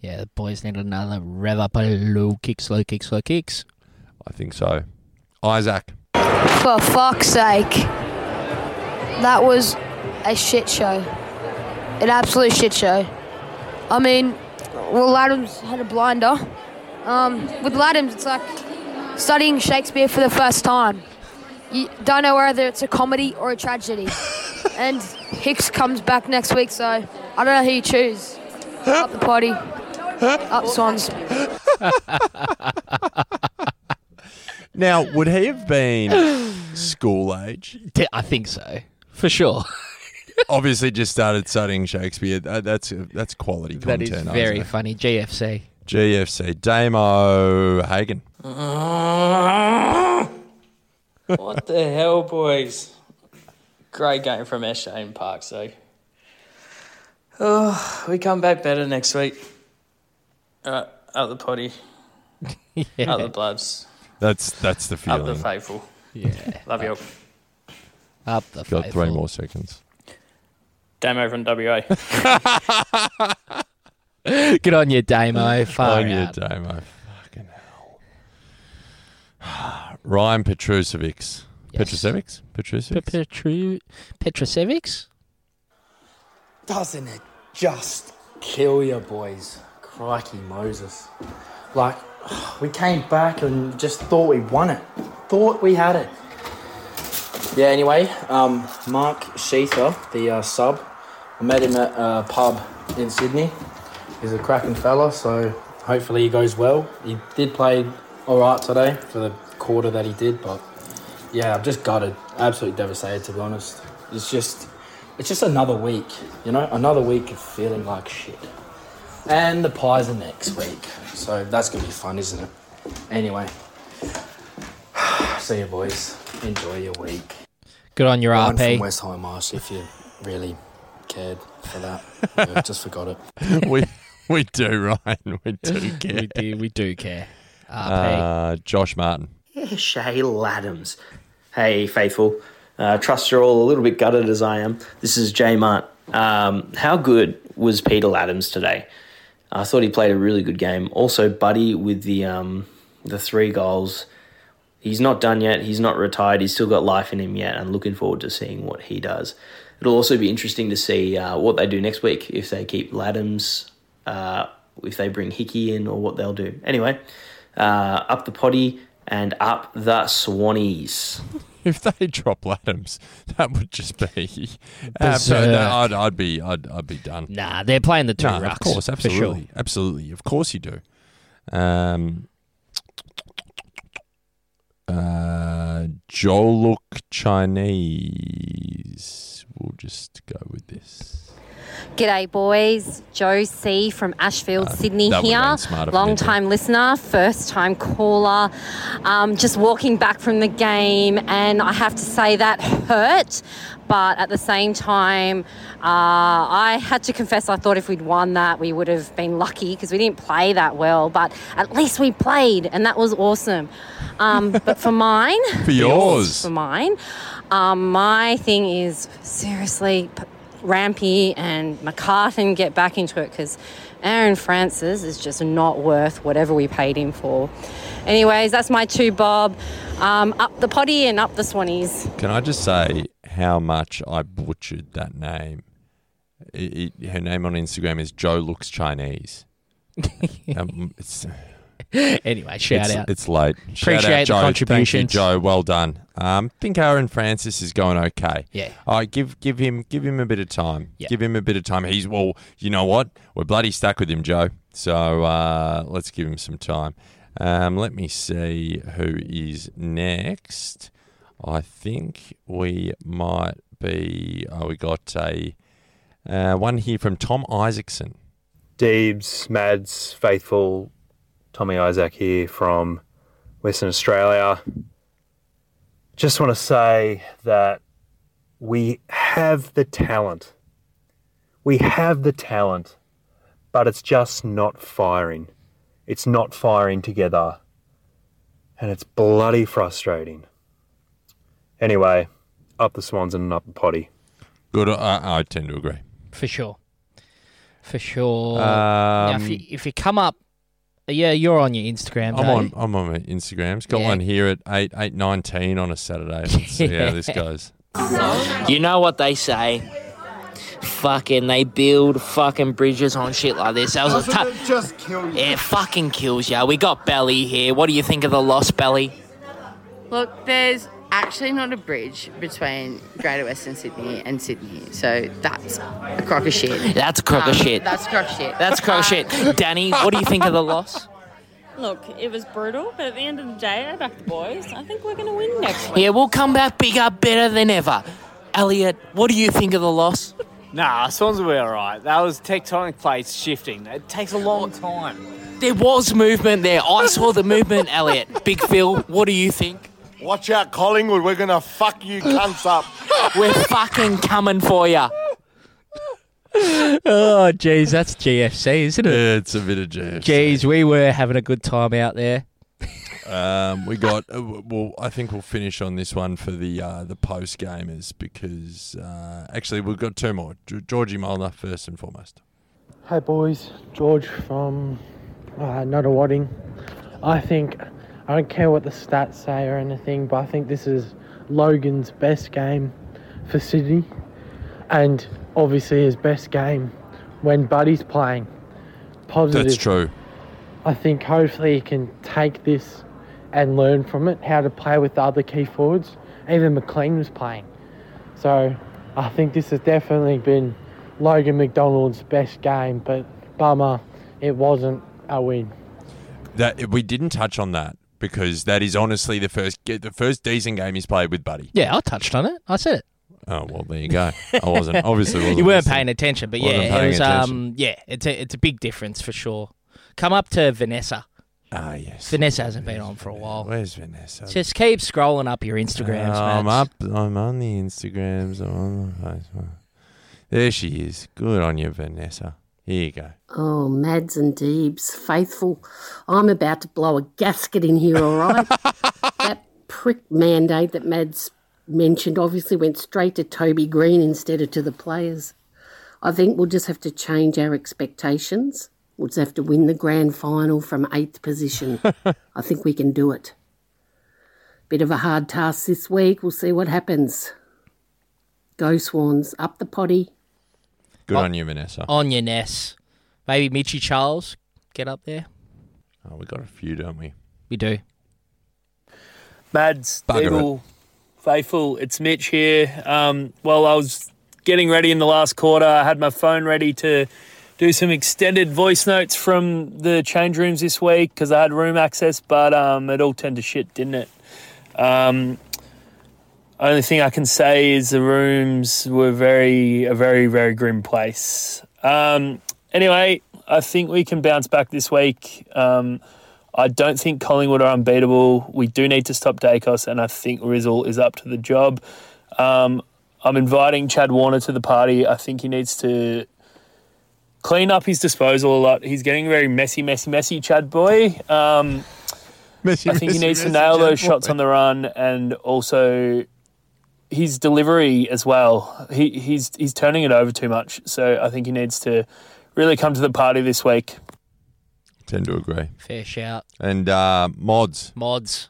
S2: Yeah, the boys need another rev up. of Low kicks, low kicks, low kicks.
S1: I think so. Isaac.
S5: For fuck's sake. That was a shit show. An absolute shit show. I mean, Will Adams had a blinder. Um, with Laddams, it's like studying Shakespeare for the first time. You don't know whether it's a comedy or a tragedy. and Hicks comes back next week, so I don't know who you choose. Up the potty, up Swans.
S1: Now, would he have been school age?
S2: D- I think so. For sure.
S1: obviously just started studying Shakespeare. That, that's that's quality
S2: That
S1: content.
S2: is
S1: I'd
S2: very
S1: say.
S2: funny. GFC.
S1: GFC Damo Hagen.
S6: What the hell, boys? Great game from our Shane Park, so. Oh, we come back better next week. All right, up the potty, up the
S2: Yeah.
S6: bloods,
S1: That's that's the
S6: up the
S1: feeling.
S6: faithful.
S2: yeah.
S6: Love you all.
S2: Up the
S1: Got three
S2: faithful.
S1: more seconds.
S6: Damo from WA.
S2: Good on you, Damo. Far
S1: Oh, yeah,
S2: out.
S1: Damo. Fucking hell. Ryan Petrusevic.
S2: Yes.
S1: Petrusevic?
S2: Pe-
S1: Petrusevic?
S2: Petru- Petrosevics?
S7: Doesn't it just kill you, boys? Crikey Moses. Like, we came back and just thought we won it. Thought we had it. Yeah, anyway, um, Mark Sheether, the uh, sub, I met him at a pub in Sydney. He's a cracking fella, so hopefully he goes well. He did play all right today for the quarter that he did, but yeah, I'm just gutted. Absolutely devastated, to be honest. It's just, it's just another week, you know, another week of feeling like shit. And the pies are next week, so that's gonna be fun, isn't it? Anyway, see you boys. Enjoy your week.
S2: Good on your
S7: Ryan from
S2: RP.
S7: West High Marsh, if you really cared for that. Yeah, just forgot it.
S1: we, we do, Ryan. We do care.
S2: We do, we do care. RP.
S1: Uh, Josh Martin.
S8: Shale Adams. Hey, faithful. Uh, trust you're all a little bit gutted as I am. This is J Mart. Um, how good was Peter Adams today? I thought he played a really good game. Also, Buddy with the um, the three goals. He's not done yet. He's not retired. He's still got life in him yet. I'm looking forward to seeing what he does. It'll also be interesting to see uh, what they do next week. If they keep Laddams, uh, if they bring Hickey in, or what they'll do. Anyway, uh, up the potty and up the Swannies.
S1: If they drop Laddams, that would just be. Absolutely,
S2: Berserk.
S1: I'd, I'd be, I'd, I'd be done.
S2: Nah, Uh, they're playing the two
S1: No,
S2: rucks.
S1: of course,
S2: for sure.
S1: absolutely, absolutely, of course you do. Um, uh, Joluk Chinese. We'll just go with this.
S9: G'day, boys. Joe C from Ashfield, Sydney
S1: Uh, that would've
S9: here.
S1: been smarter for me,
S9: Long time listener, first time caller. Um, just walking back from the game, and I have to say that hurt. But at the same time, uh, I had to confess I thought if we'd won that, we would have been lucky because we didn't play that well. But at least we played, and that was awesome. Um, but for mine,
S1: For yours.
S9: for mine. Um, my thing is seriously, P- Rampy and McCartan get back into it because Aaron Francis is just not worth whatever we paid him for. Anyways, that's my two bob. Um, up the potty and up the Swannies.
S1: Can I just say how much I butchered that name? It, it, her name on Instagram is Joe Looks Chinese. um, it's,
S2: Anyway, shout
S1: it's,
S2: out.
S1: it's late. Shout
S2: Appreciate the
S1: out, Joe.
S2: contributions.
S1: Thank you, Joe. Well done. Um, think Aaron Francis is going okay.
S2: Yeah.
S1: All right, give give him give him a bit of time.
S2: Yeah.
S1: Give him a bit of time. He's well. You know what? We're bloody stuck with him, Joe. So uh, let's give him some time. Um, let me see who is next. I think we might be. Oh, we got a uh, one here from Tom Isaacson.
S10: Deebs, Mads, Faithful, Tommy Isaac here from Western Australia. Just want to say that we have the talent. We have the talent, but it's just not firing. It's not firing together, and it's bloody frustrating. Anyway, up the swans and up the potty.
S1: Good. Uh, I, I tend to agree.
S2: for sure. For sure. now, if
S1: Um,
S2: you, if you come up, yeah, you're on your Instagram.
S1: I'm on.
S2: Dave.
S1: I'm on my Instagrams. Got
S2: Yeah.
S1: one here at eight eight nineteen on a Saturday. Let's see how this goes.
S6: You know what they say. Fucking, they build fucking bridges on shit like this. That was a tough.
S7: just kill you?
S6: It fucking kills ya. We got Belly here. What do you think of the lost Belly?
S11: Look, there's actually not a bridge between Greater Western Sydney and Sydney, so that's a crock of shit.
S6: That's a crock of
S11: Um,
S6: shit.
S11: That's a crock of shit.
S6: That's crock of shit. Danny, what do you think of the loss?
S9: Look, it was brutal, but at the end of the day, I back the boys. I think we're going to win next
S6: Yeah, we'll come back bigger, better than ever. Elliot, what do you think of the loss?
S12: Nah, Swans were all right. That was tectonic plates shifting. It takes a long time.
S6: There was movement there. I saw the movement, Elliot. Big Phil, what do you think?
S13: Watch out, Collingwood. We're going to fuck you cunts up.
S6: We're fucking coming for you.
S2: oh, geez, that's GFC, isn't it?
S1: Yeah, it's a bit of GFC.
S2: Geez, we were having a good time out there.
S1: Um, we got. Uh, w- well, I think we'll finish on this one for the uh, the post gamers because uh, actually we've got two more. G- Georgie Mulner first and foremost.
S14: Hey boys, George from uh, Not a Wadding. I think, I don't care what the stats say or anything, but I think this is Logan's best game for Sydney and obviously his best game when Buddy's playing. Positive.
S1: That's true.
S14: I think hopefully he can take this and learn from it how to play with the other key forwards. Even McLean was playing. So I think this has definitely been Logan McDonald's best game, but bummer, it wasn't a win.
S1: That we didn't touch on that because that is honestly the first ge- the first decent game he's played with Buddy.
S2: Yeah, I touched on it. I said it.
S1: Oh well, there you go. I wasn't obviously wasn't
S2: you weren't
S1: listening.
S2: paying attention, but
S1: Wasn't
S2: yeah, it
S1: paying
S2: was.
S1: attention.
S2: Um, yeah, it's a, it's a big difference for sure. Come up to Vanessa.
S1: Ah, yes.
S2: Vanessa hasn't been on for a while.
S1: Where's Vanessa?
S2: Just keep scrolling up your Instagrams,
S1: Oh, I'm
S2: Mads.
S1: up. I'm on the Instagrams. I'm on the Facebook. There she is. Good on you, Vanessa. Here you go.
S15: Oh, Mads and Deebs, faithful. I'm about to blow a gasket in here, all right? that prick mandate that Mads mentioned obviously went straight to Toby Green instead of to the players. I think we'll just have to change our expectations. We'll just have to win the grand final from eighth position. I think we can do it. Bit of a hard task this week. We'll see what happens. Go, Swans, up the potty.
S1: Good on you, Vanessa.
S2: on your Ness. Maybe Mitchie Charles get up there.
S1: Oh, we got a few, don't we?
S2: We do.
S16: Mads,
S1: Bugger
S16: Deagle, Faithful, it's Mitch here. Um, well, I was getting ready in the last quarter. I had my phone ready to do some extended voice notes from the change rooms this week because I had room access, but um, it all turned to shit, didn't it? Um, only thing I can say is the rooms were very a very very grim place. Um, anyway, I think we can bounce back this week. Um, I don't think Collingwood are unbeatable. We do need to stop Dacos, and I think Rizzle is up to the job. Um, I'm inviting Chad Warner to the party. I think he needs to clean up his disposal a lot. He's getting very messy, messy, messy, Chad boy. Um,
S1: Messy,
S16: I think he
S1: messy,
S16: needs to
S1: messy,
S16: nail
S1: Chad
S16: those
S1: boy.
S16: shots on the run and also his delivery as well. He, he's he's turning it over too much. So I think he needs to really come to the party this week.
S1: Tend to agree.
S2: Fair shout.
S1: And uh, mods.
S2: Mods.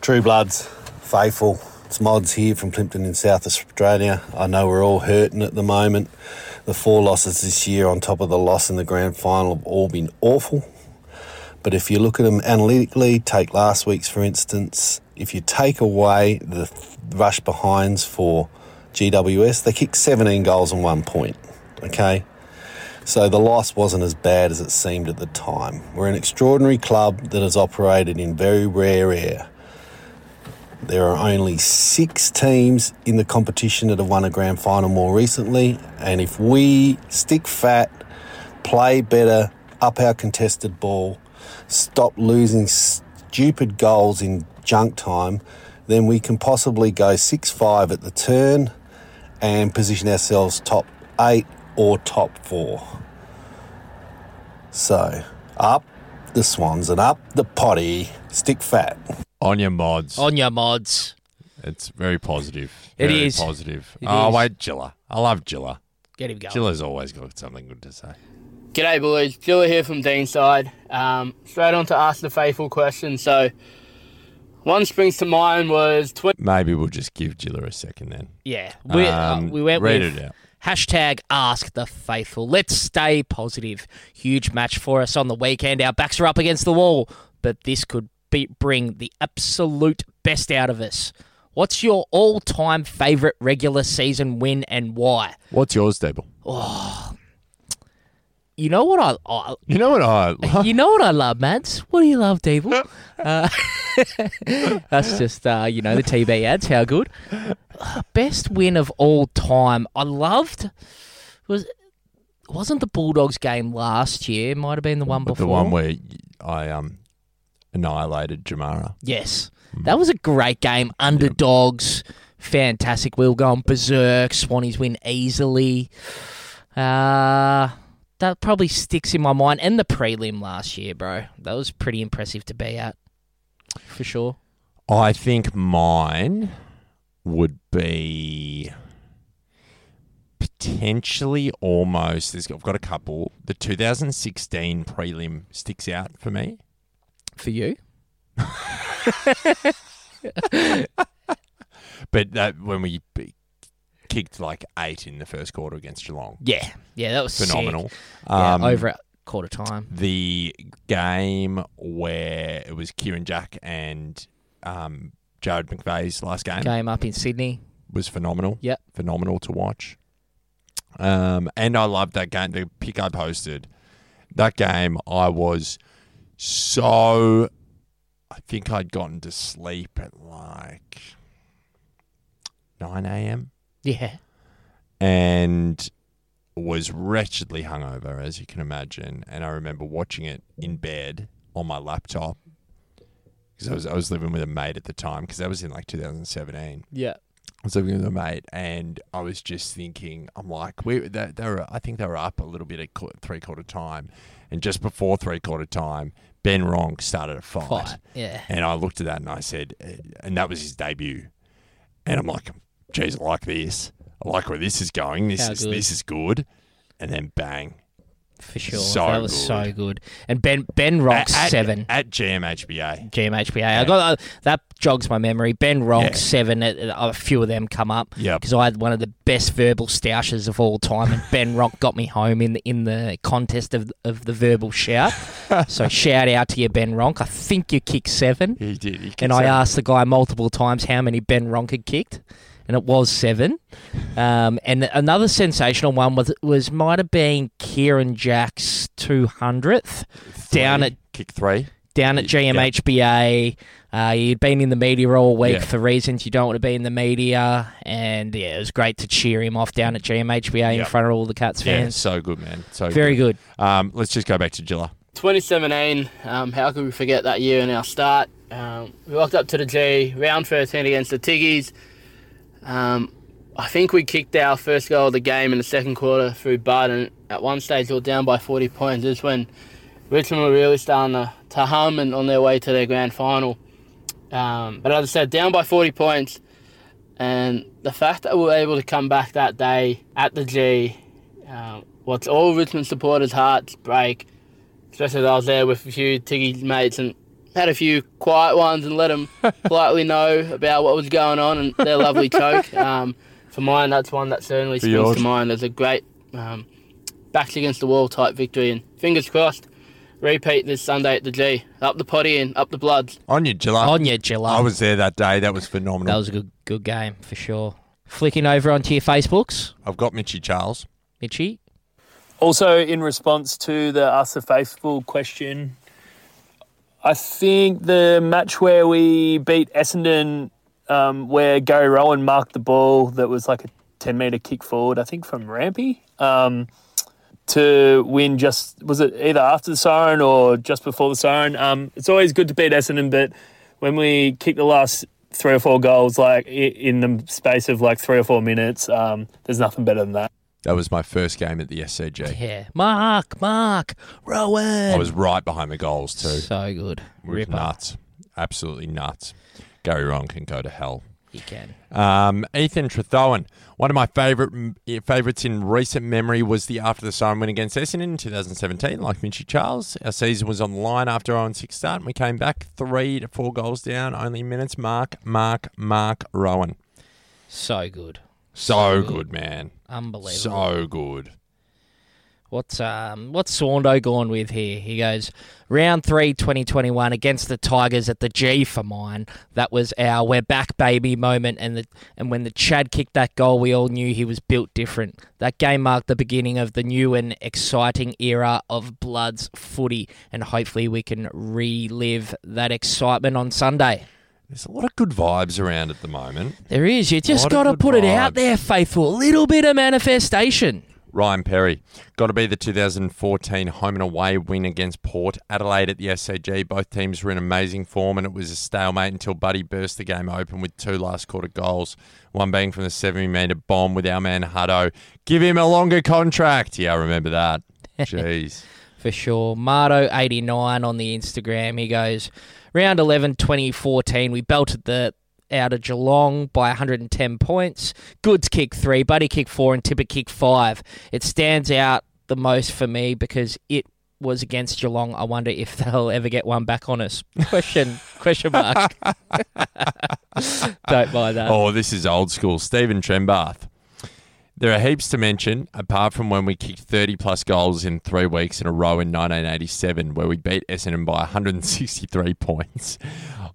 S17: True Bloods, faithful. It's Mods here from Climpton in South Australia. I know we're all hurting at the moment. The four losses this year, on top of the loss in the grand final, have all been awful. But if you look at them analytically, take last week's for instance, if you take away the rush behinds for GWS, they kicked 17 goals and one point. Okay? So the loss wasn't as bad as it seemed at the time. We're an extraordinary club that has operated in very rare air. There are only six teams in the competition that have won a grand final more recently, and if we stick fat, play better, up our contested ball, stop losing stupid goals in junk time, then we can possibly go 6 5 at the turn and position ourselves top 8 or top 4. So, up the swans and up the potty, stick fat.
S1: On your mods.
S2: On your mods.
S1: It's very positive.
S2: It
S1: Very
S2: is.
S1: positive.
S2: It
S1: oh
S2: is.
S1: wait, Jilla. I love Jilla.
S18: Get him going.
S1: Jilla's always got something good to say.
S18: G'day, boys. Jilla here from Deanside. Um, straight on to ask the faithful question. So, one springs to mind was twen-
S1: Maybe we'll just give Jilla a second then.
S2: Yeah, we,
S1: Um,
S2: uh, we went
S1: read
S2: with
S1: it out.
S2: hashtag Ask the Faithful. Let's stay positive. Huge match for us on the weekend. Our backs are up against the wall, but this could be, bring the absolute best out of us. What's your all-time favorite regular season win and why?
S1: What's yours, Dable?
S2: Oh, you know what I, I
S1: You know what I love?
S2: you know what I love, Mads? What do you love, Deeble? uh, that's just, uh, you know, the TV ads, how good. Best win of all time. I loved was wasn't the Bulldogs game last year? Might have been the one before.
S1: The one where I um annihilated Jamara.
S2: Yes. That was a great game. Underdogs, fantastic. We were going berserk. Swannies win easily. Uh, that probably sticks in my mind. And the prelim last year, bro. That was pretty impressive to be at, for sure.
S1: I think mine would be potentially almost. There's, I've got a couple. The 2016 prelim sticks out for me.
S2: For you?
S1: But that when we b- kicked like eight in the first quarter against Geelong.
S2: Yeah. Yeah, that was sick.
S1: phenomenal. Um,
S2: Yeah, over at quarter time.
S1: The game where it was Kieran Jack and um, Jared McVeigh's last game
S2: Game up in Sydney.
S1: was phenomenal.
S2: Yep.
S1: Phenomenal to watch. Um, and I loved that game. The pick I posted, that game, I was so. I think I'd gotten to sleep at like 9 a.m.
S2: Yeah.
S1: and was wretchedly hungover, as you can imagine. And I remember watching it in bed on my laptop because I was I was living with a mate at the time because that was in like 2017.
S2: Yeah.
S1: I was living with a mate, and I was just thinking, I'm like, we they, they were, I think they were up a little bit at qu- three quarter time, and just before three quarter time, Ben Wrong started a fight.
S2: Fight, yeah.
S1: And I looked at that and I said, eh, and that was his debut, and I'm like, geez, I like this. I like where this is going. This
S2: How
S1: is
S2: good.
S1: this is good. And then bang,
S2: For sure.
S1: So
S2: that was
S1: good.
S2: so good. And Ben Ben Rock's
S1: at,
S2: seven.
S1: at GMHBA.
S2: GMHBA. I got uh, that jogs my memory. Ben Rock
S1: Yeah.
S2: seven. uh, uh, A few of them come up.
S1: Yep.
S2: Because I had one of the best verbal stoushes of all time, and Ben Rock got me home in the in the contest of of the verbal shout. so shout out to you, Ben Ronk. I think you kicked seven.
S1: He did. He kicked
S2: and I
S1: seven.
S2: asked the guy multiple times how many Ben Ronk had kicked. And it was seven. Um, and another sensational one was was might have been Kieran Jack's two hundredth down at
S1: kick three
S2: down at GMHBA. Uh, you'd been in the media all week
S1: Yeah.
S2: for reasons you don't want to be in the media, and yeah, it was great to cheer him off down at GMHBA in
S1: Yep.
S2: front of all the Cats
S1: Yeah,
S2: fans.
S1: so good, man. So
S2: Very
S1: good. Um, let's just go back to Jilla.
S18: 2017, um, how could we forget that year and our start? Um, we walked up to the G, round 13 against the Tiggies. Um, I think we kicked our first goal of the game in the second quarter through Bud, and at one stage we were down by 40 points. This is when Richmond were really starting to, to hum and on their way to their grand final. Um, but as I said, down by 40 points, and the fact that we were able to come back that day at the G, um, what's all Richmond supporters' hearts break especially as I was there with a few Tiggy mates and had a few quiet ones and let them politely know about what was going on and their lovely choke. Um, for mine, that's one that certainly
S2: For
S18: springs
S2: yours?
S18: to mind as a great um, backs against the wall type victory. And fingers crossed, repeat this Sunday at the G. Up the potty and up the bloods.
S1: On your Jilla.
S2: On your Jilla.
S1: I was there that day. That was phenomenal.
S2: That was a good good game for sure. Flicking over onto your Facebooks.
S1: I've got Mitchy Charles.
S2: Mitchy.
S16: Also, in response to the Ask the Faithful question, I think the match where we beat Essendon, um, where Gary Rowan marked the ball that was like a 10 metre kick forward, I think from Rampy, um, to win just, was it either after the siren or just before the siren? Um, it's always good to beat Essendon, but when we kick the last three or four goals, like i- in the space of like three or four minutes, um, there's nothing better than that.
S1: That was my first game at the SCG.
S2: Yeah. Mark, Mark, Rowan.
S1: I was right behind the goals too.
S2: So good.
S1: It was nuts. Absolutely nuts. Gary Ron can go to hell.
S2: He can.
S1: Um, Ethan Trethowen. One of my favorite favorites in recent memory was the after the siren win against Essendon in 2017. Like Mitchy Charles, our season was on the line after 0 6 start, and we came back three to four goals down, only minutes. Mark, Mark, Mark Rowan.
S2: So good.
S1: So good, man.
S2: Unbelievable.
S1: So good.
S2: What's um what's Saundo gone with here? He goes round three 2021 against the Tigers at the G for mine. That was our we're back baby moment and the and when the Chad kicked that goal we all knew he was built different. That game marked the beginning of the new and exciting era of Bloods footy and hopefully we can relive that excitement on Sunday.
S1: There's a lot of good vibes around at the moment.
S2: There is. You just
S1: Lot of
S2: got to
S1: good
S2: put it out
S1: vibes.
S2: there, faithful. A little bit of manifestation.
S1: Ryan Perry. Got to be the 2014 home and away win against Port Adelaide at the SCG. Both teams were in amazing form, and it was a stalemate until Buddy burst the game open with two last quarter goals. One being from the 70 metre bomb with our man Hutto. Give him a longer contract. Yeah, I remember that. Jeez.
S2: for sure. Mardo89 on the Instagram. He goes, round 11, 2014, we belted the out of Geelong by 110 points. Goods kick three, Buddy kick four, and Tippett kick five. It stands out the most for me because it was against Geelong. I wonder if they'll ever get one back on us. Question question mark. Don't buy that.
S1: Oh, this is old school. Stephen Trembath. There are heaps to mention, apart from when we kicked 30 plus goals in three weeks in a row in 1987, where we beat Essendon by 163 points.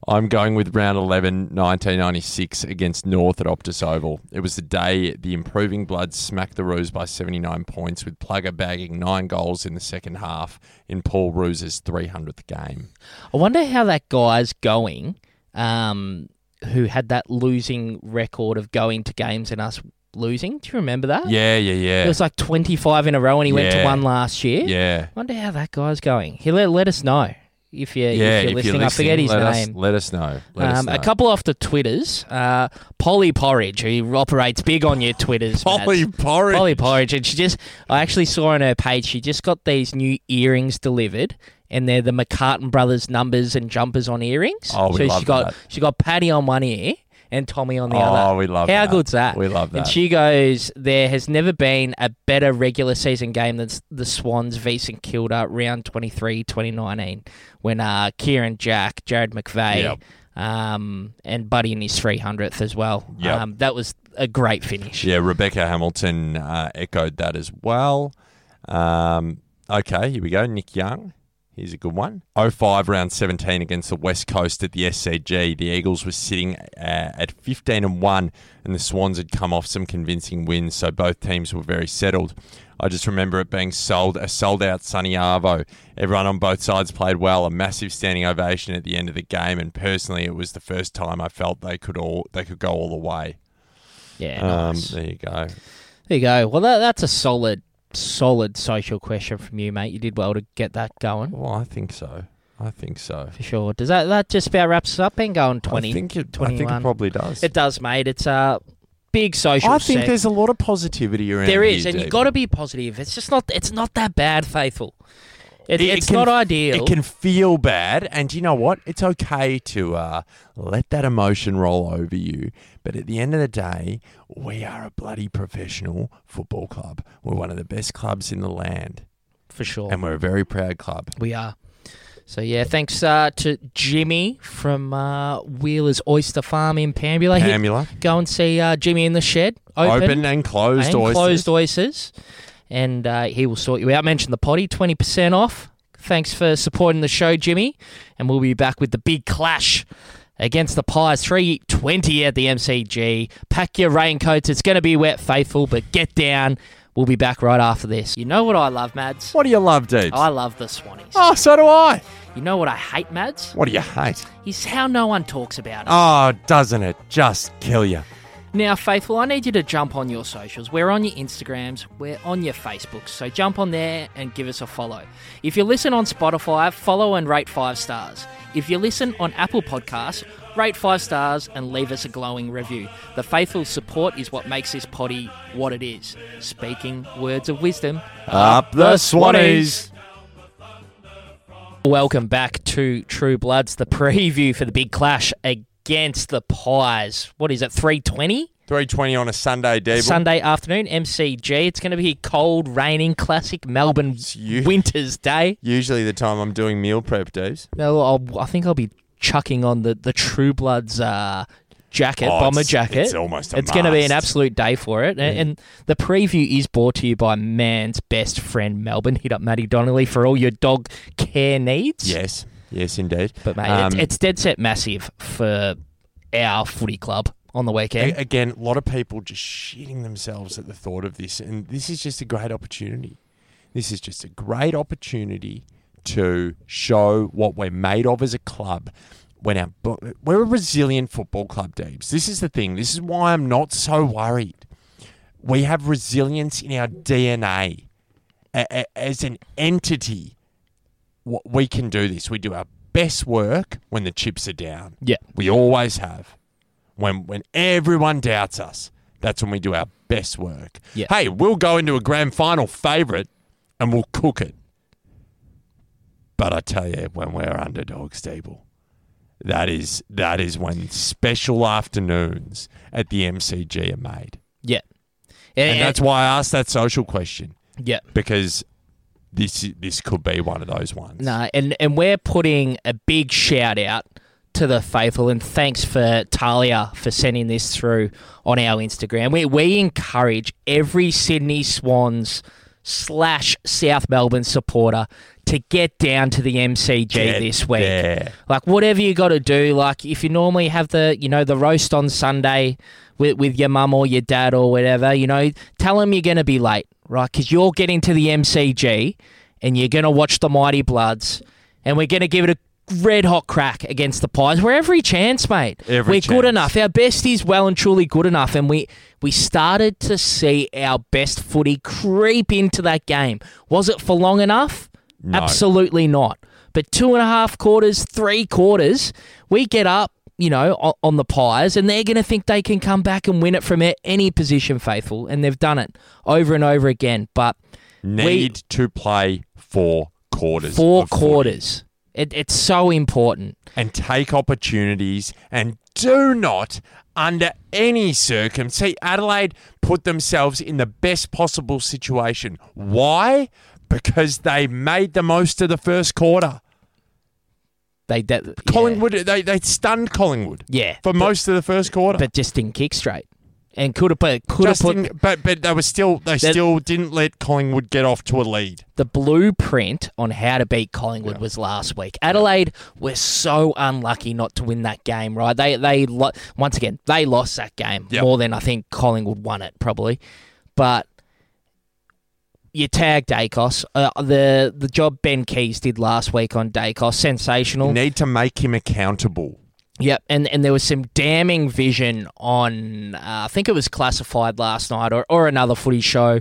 S1: I'm going with round 11, 1996 against North at Optus Oval. It was the day the improving Bloods smacked the Roos by 79 points, with Plugger bagging nine goals in the second half in Paul Roos's 300th game.
S2: I wonder how that guy's going, um, who had that losing record of going to games and us losing. Do you remember that?
S1: Yeah, yeah, yeah.
S2: It was like 25 in a row and he went to
S1: Yeah.
S2: one last year.
S1: Yeah.
S2: wonder how that guy's going. He let, let us know if you're,
S1: yeah,
S2: if you're listening. I forget his
S1: let Us,
S2: name.
S1: let us know. Let us
S2: um, a
S1: know.
S2: couple off the Twitters. Uh, Polly Porridge, who operates big on your Twitters.
S1: Polly Porridge.
S2: Polly Porridge. And she just, I actually saw on her page, she just got these new earrings delivered. And they're the McCartan brothers numbers and jumpers on earrings.
S1: Oh, we
S2: so
S1: love
S2: she got
S1: that.
S2: she got Patty on one ear and Tommy on the
S1: Oh,
S2: other.
S1: we love
S2: How
S1: that.
S2: good's that?
S1: We love
S2: And
S1: that.
S2: she goes, There has never been a better regular season game than s- the Swans v St Kilda round 23 2019 when uh, Kieran Jack, Jared McVeigh,
S1: Yep.
S2: um, and Buddy in his 300th as well.
S1: Yep.
S2: Um, that was a great finish.
S1: Yeah, Rebecca Hamilton uh, echoed that as well. Um, okay, here we go. Nick Young. Here's a good one. 05 round 17 against the West Coast at the SCG. The Eagles were sitting uh, at 15 and 1, and the Swans had come off some convincing wins, so both teams were very settled. I just remember it being sold a sold out Sunny Arvo. Everyone on both sides played well, a massive standing ovation at the end of the game, and personally it was the first time I felt they could all they could go all the way.
S2: Yeah,
S1: Um,
S2: nice.
S1: there you go.
S2: There you go. Well, that, that's a solid, solid social question from you, mate. You did well to get that going.
S1: Well, I think so. I think so.
S2: For sure. Does that that just about wraps us up? Been going 20,
S1: I think it, I think
S2: 21.
S1: it probably does.
S2: It does, mate. It's a big social.
S1: I think
S2: sec-
S1: there's a lot of positivity around.
S2: there is,
S1: here,
S2: and you
S1: Dave.
S2: got to be positive. It's just not. It's not that bad, faithful. It,
S1: It- it
S2: it's
S1: can-
S2: not ideal.
S1: It can feel bad, and you know what? It's okay to uh, let that emotion roll over you. But at the end of the day, we are a bloody professional football club. We're one of the best clubs in the land,
S2: for sure,
S1: and we're a very proud club.
S2: We are. So yeah, thanks uh, to Jimmy from uh, Wheeler's Oyster Farm in Pambula. He-
S1: Pambula.
S2: go and see uh, Jimmy in the shed. Open,
S1: Open, and closed
S2: and
S1: oysters.
S2: closed oysters, and uh, he will sort you out. Mention the potty, twenty percent off. Thanks for supporting the show, Jimmy, and we'll be back with the big clash against the Pies. Three twenty at the MCG. Pack your raincoats. It's going to be wet, faithful, but get down. We'll be back right after this. You know what I love, Mads?
S1: What do you love, Deeps?
S2: I love the Swannies.
S1: Oh, so do I.
S2: You know what I hate, Mads?
S1: What do you hate?
S2: Is how no one talks about it.
S1: Oh, doesn't it just kill you?
S2: Now, Faithful, I need you to jump on your socials. We're on your Instagrams, we're on your Facebooks, so jump on there and give us a follow. If you listen on Spotify, follow and rate five stars. If you listen on Apple Podcasts, rate five stars and leave us a glowing review. The faithful support is what makes this potty what it is. Speaking words of wisdom.
S1: Up the Swannies.
S2: Welcome back to True Bloods, the preview for the big clash against the Pies. What is it, 320?
S1: 320 on a Sunday, Deeble.
S2: Sunday afternoon, MCG. It's going to be cold, raining, classic Melbourne winter's day.
S1: Usually the time I'm doing meal prep, Deeps.
S2: No, I'll, I think I'll be chucking on the, the True Bloods uh, jacket,
S1: Oh,
S2: bomber
S1: it's-
S2: jacket.
S1: it's almost a
S2: It's going to be an
S1: must. Mm.
S2: absolute day for it. And, and the preview is brought to you by man's best friend, Melbourne. Hit up Matty Donnelly for all your dog care needs.
S1: Yes, yes, indeed.
S2: But mate, it's,
S1: Um,
S2: it's dead set massive for our footy club on the weekend.
S1: a- again, a lot of people just shitting themselves at the thought of this, and this is just a great opportunity. This is just a great opportunity to show what we're made of as a club. When our bo- we're a resilient football club, Deebs. This is the thing. This is why I'm not so worried we have resilience in our DNA. A- a- as an entity, w- we can do this. We do our best work when the chips are down.
S2: Yeah.
S1: We always have. When when everyone doubts us, that's when we do our best work.
S2: Yeah.
S1: Hey, we'll go into a grand final favourite and we'll cook it. But I tell you, when we're underdog stable, that is that is when special afternoons at the MCG are made.
S2: Yeah.
S1: and that's why I asked that social question.
S2: Yeah.
S1: Because this this could be one of those ones.
S2: No, and, and we're putting a big shout out to the faithful and thanks for Talia for sending this through on our Instagram. We we encourage every Sydney Swans slash South Melbourne supporter to get down to the MCG
S1: Get
S2: this week. Like whatever you got to do, like if you normally have the you know the roast on Sunday with with your mum or your dad or whatever, you know, tell them you're going to be late, right? Because you're getting to the MCG and you're going to watch the Mighty Bloods, and we're going to give it a red hot crack against the Pies. We're every chance, mate.
S1: Every
S2: we're
S1: chance.
S2: good enough. Our best is well and truly good enough, and we we started to see our best footy creep into that game. Was it for long enough?
S1: No.
S2: Absolutely not. But two and a half quarters, three quarters, we get up. You know, on, on the Pies, and they're going to think they can come back and win it from a- any position, faithful, and they've done it over and over again. But we-
S1: Need to play four quarters.
S2: four
S1: of footy.
S2: quarters. It, it's so important.
S1: and take opportunities and do not under any circum see Adelaide put themselves in the best possible situation. Why? Because they made the most of the first quarter.
S2: They that
S1: Collingwood they, they stunned Collingwood.
S2: Yeah,
S1: For most of the first quarter,
S2: but just didn't kick straight, and could have put could have
S1: Just
S2: put
S1: didn't- but but they were still they
S2: That-
S1: still didn't let Collingwood get off to a lead.
S2: the blueprint on how to beat Collingwood was last week. Adelaide were so unlucky not to win that game, right? They they lo- once again they lost that game more than I think Collingwood won it probably, but. You tagged Dacos. Uh, the the job Ben Keys did last week on Dacos, sensational.
S1: You need to make him accountable.
S2: Yep, and, and there was some damning vision on, uh, I think it was classified last night or, or another footy show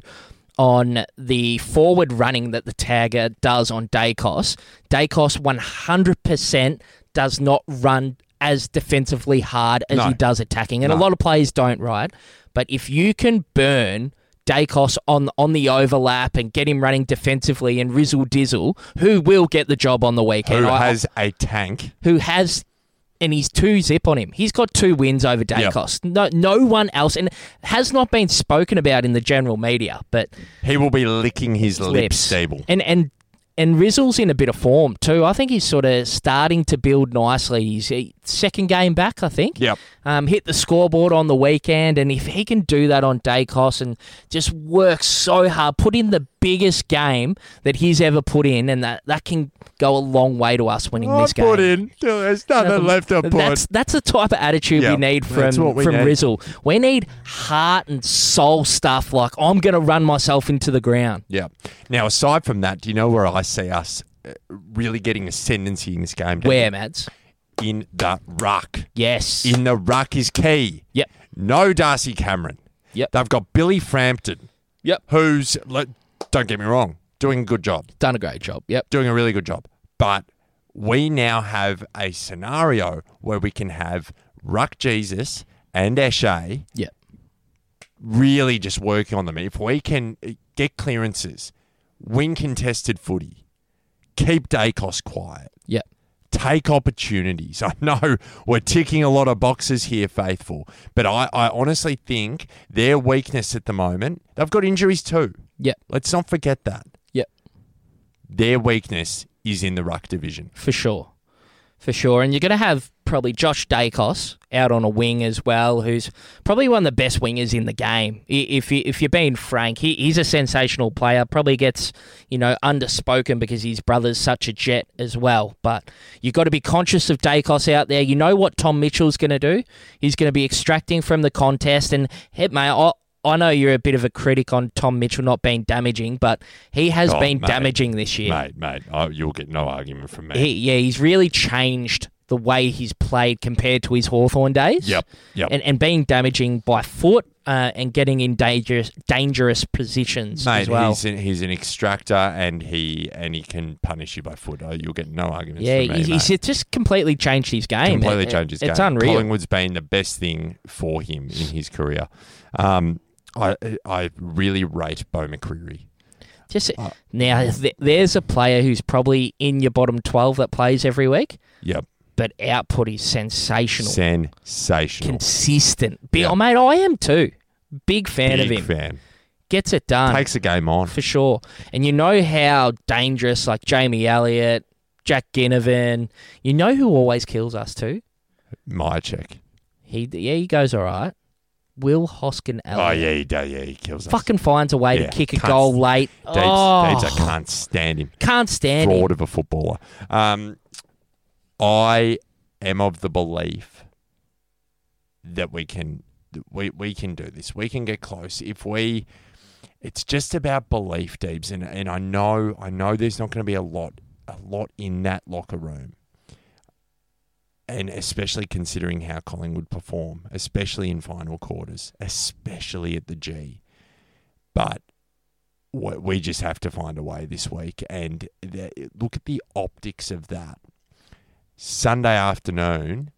S2: on the forward running that the tagger does on Dacos. Dacos 100% does not run as defensively hard as
S6: No.
S2: he does attacking, and a
S6: No.
S2: lot of players don't, right? But if you can burn Dacos on on the overlap and get him running defensively and Rizzle Dizzle, who will get the job on the weekend?
S1: Who
S2: I-
S1: has a tank?
S2: who has and he's two zip on him. He's got two wins over Dacos. No, no one else, and has not been spoken about in the general media. But
S1: He will be licking his lips, stable.
S2: and and and Rizzle's in a bit of form too. I think he's sort of starting to build nicely. He's he, second game back, I think.
S1: Yep.
S2: Um, hit the scoreboard on the weekend, and if he can do that on Dacos and just work so hard, put in the biggest game that he's ever put in, and that that can go a long way to us winning this game.
S1: "Oh, in. There's
S2: Nothing- That's that's the type of attitude
S1: Yeah,
S2: we need from
S1: that's what we
S2: from
S1: need.
S2: Rizzle. We need heart and soul stuff. Like I'm going to run myself into the ground.
S1: Yeah. Now, aside from that, do you know where I see us uh, really getting ascendancy in this game? Dave?
S2: Where, Mads?
S1: In the ruck.
S2: Yes.
S1: In the ruck is key.
S2: Yep.
S1: No Darcy Cameron.
S2: Yep.
S1: They've got Billy Frampton.
S2: Yep.
S1: Who's, like, don't get me wrong, doing a good job.
S2: Done a great job. Yep.
S1: Doing a really good job. But we now have a scenario where we can have Ruck Jesus and Ashay
S2: Yep.
S1: really just working on them. If we can uh, get clearances, win contested footy, keep Dacos quiet,
S2: yeah,
S1: take opportunities. I know we're ticking a lot of boxes here, faithful, but I, I honestly think their weakness at the moment, they've got injuries too.
S2: Yeah.
S1: Let's not forget that.
S2: Yep.
S1: Their weakness is in the ruck division.
S2: for sure, for sure. And you're going to have probably Josh Dacos out on a wing as well, who's probably one of the best wingers in the game. I- If you, if you're being frank, he, he's a sensational player. Probably gets you know underspoken because his brother's such a jet as well. But you've got to be conscious of Dacos out there. You know what Tom Mitchell's going to do. He's going to be extracting from the contest. And hit mate, I, I know you're a bit of a critic on Tom Mitchell not being damaging, but he has
S1: Oh,
S2: been
S1: mate.
S2: damaging this year.
S1: Mate, mate, oh, you'll get no argument from me.
S2: He, yeah, he's really changed the way he's played compared to his Hawthorn days.
S1: Yep, yep.
S2: And, and being damaging by foot uh, and getting in dangerous dangerous positions
S1: Mate,
S2: as well.
S1: he's, an, he's an extractor, and he and he can punish you by foot. Oh, you'll get no arguments.
S2: yeah,
S1: from me,
S2: he's,
S1: mate.
S2: he's just completely changed his game.
S1: Completely
S2: It-
S1: changed his
S2: it's
S1: game.
S2: unreal.
S1: Collingwood's been the best thing for him in his career. Um, I I really rate Bo McCreary.
S2: Just
S7: Oh.
S2: now, th- there's a player who's probably in your bottom twelve that plays every week.
S1: Yep.
S2: But output is sensational,
S1: Sensational.
S2: consistent. Big, oh, mate, I am too. Big fan of
S1: Big
S2: him.
S1: fan.
S2: Gets it done.
S1: Takes a game on
S2: for sure. And you know how dangerous, like Jamie Elliott, Jack Ginnivan. You know who always kills us too.
S1: My check.
S2: He yeah, he goes all right. Will Hoskin
S1: Oh
S2: Elliott.
S1: yeah, he does. Yeah, he kills us.
S2: Fucking finds a way
S1: Yeah,
S2: to kick a
S1: can't
S2: goal
S1: s-
S2: late.
S1: Deeds,
S2: oh,
S1: Deeds, I can't stand him.
S2: Can't stand
S1: Fraud
S2: him.
S1: of a footballer. Um, I am of the belief that we can that we, we can do this. We can get close if we. It's just about belief, Deebs, and and I know I know there's not going to be a lot a lot in that locker room, and especially considering how Collingwood perform, especially in final quarters, especially at the G, but we we just have to find a way this week. And the, look at the optics of that. Sunday afternoon,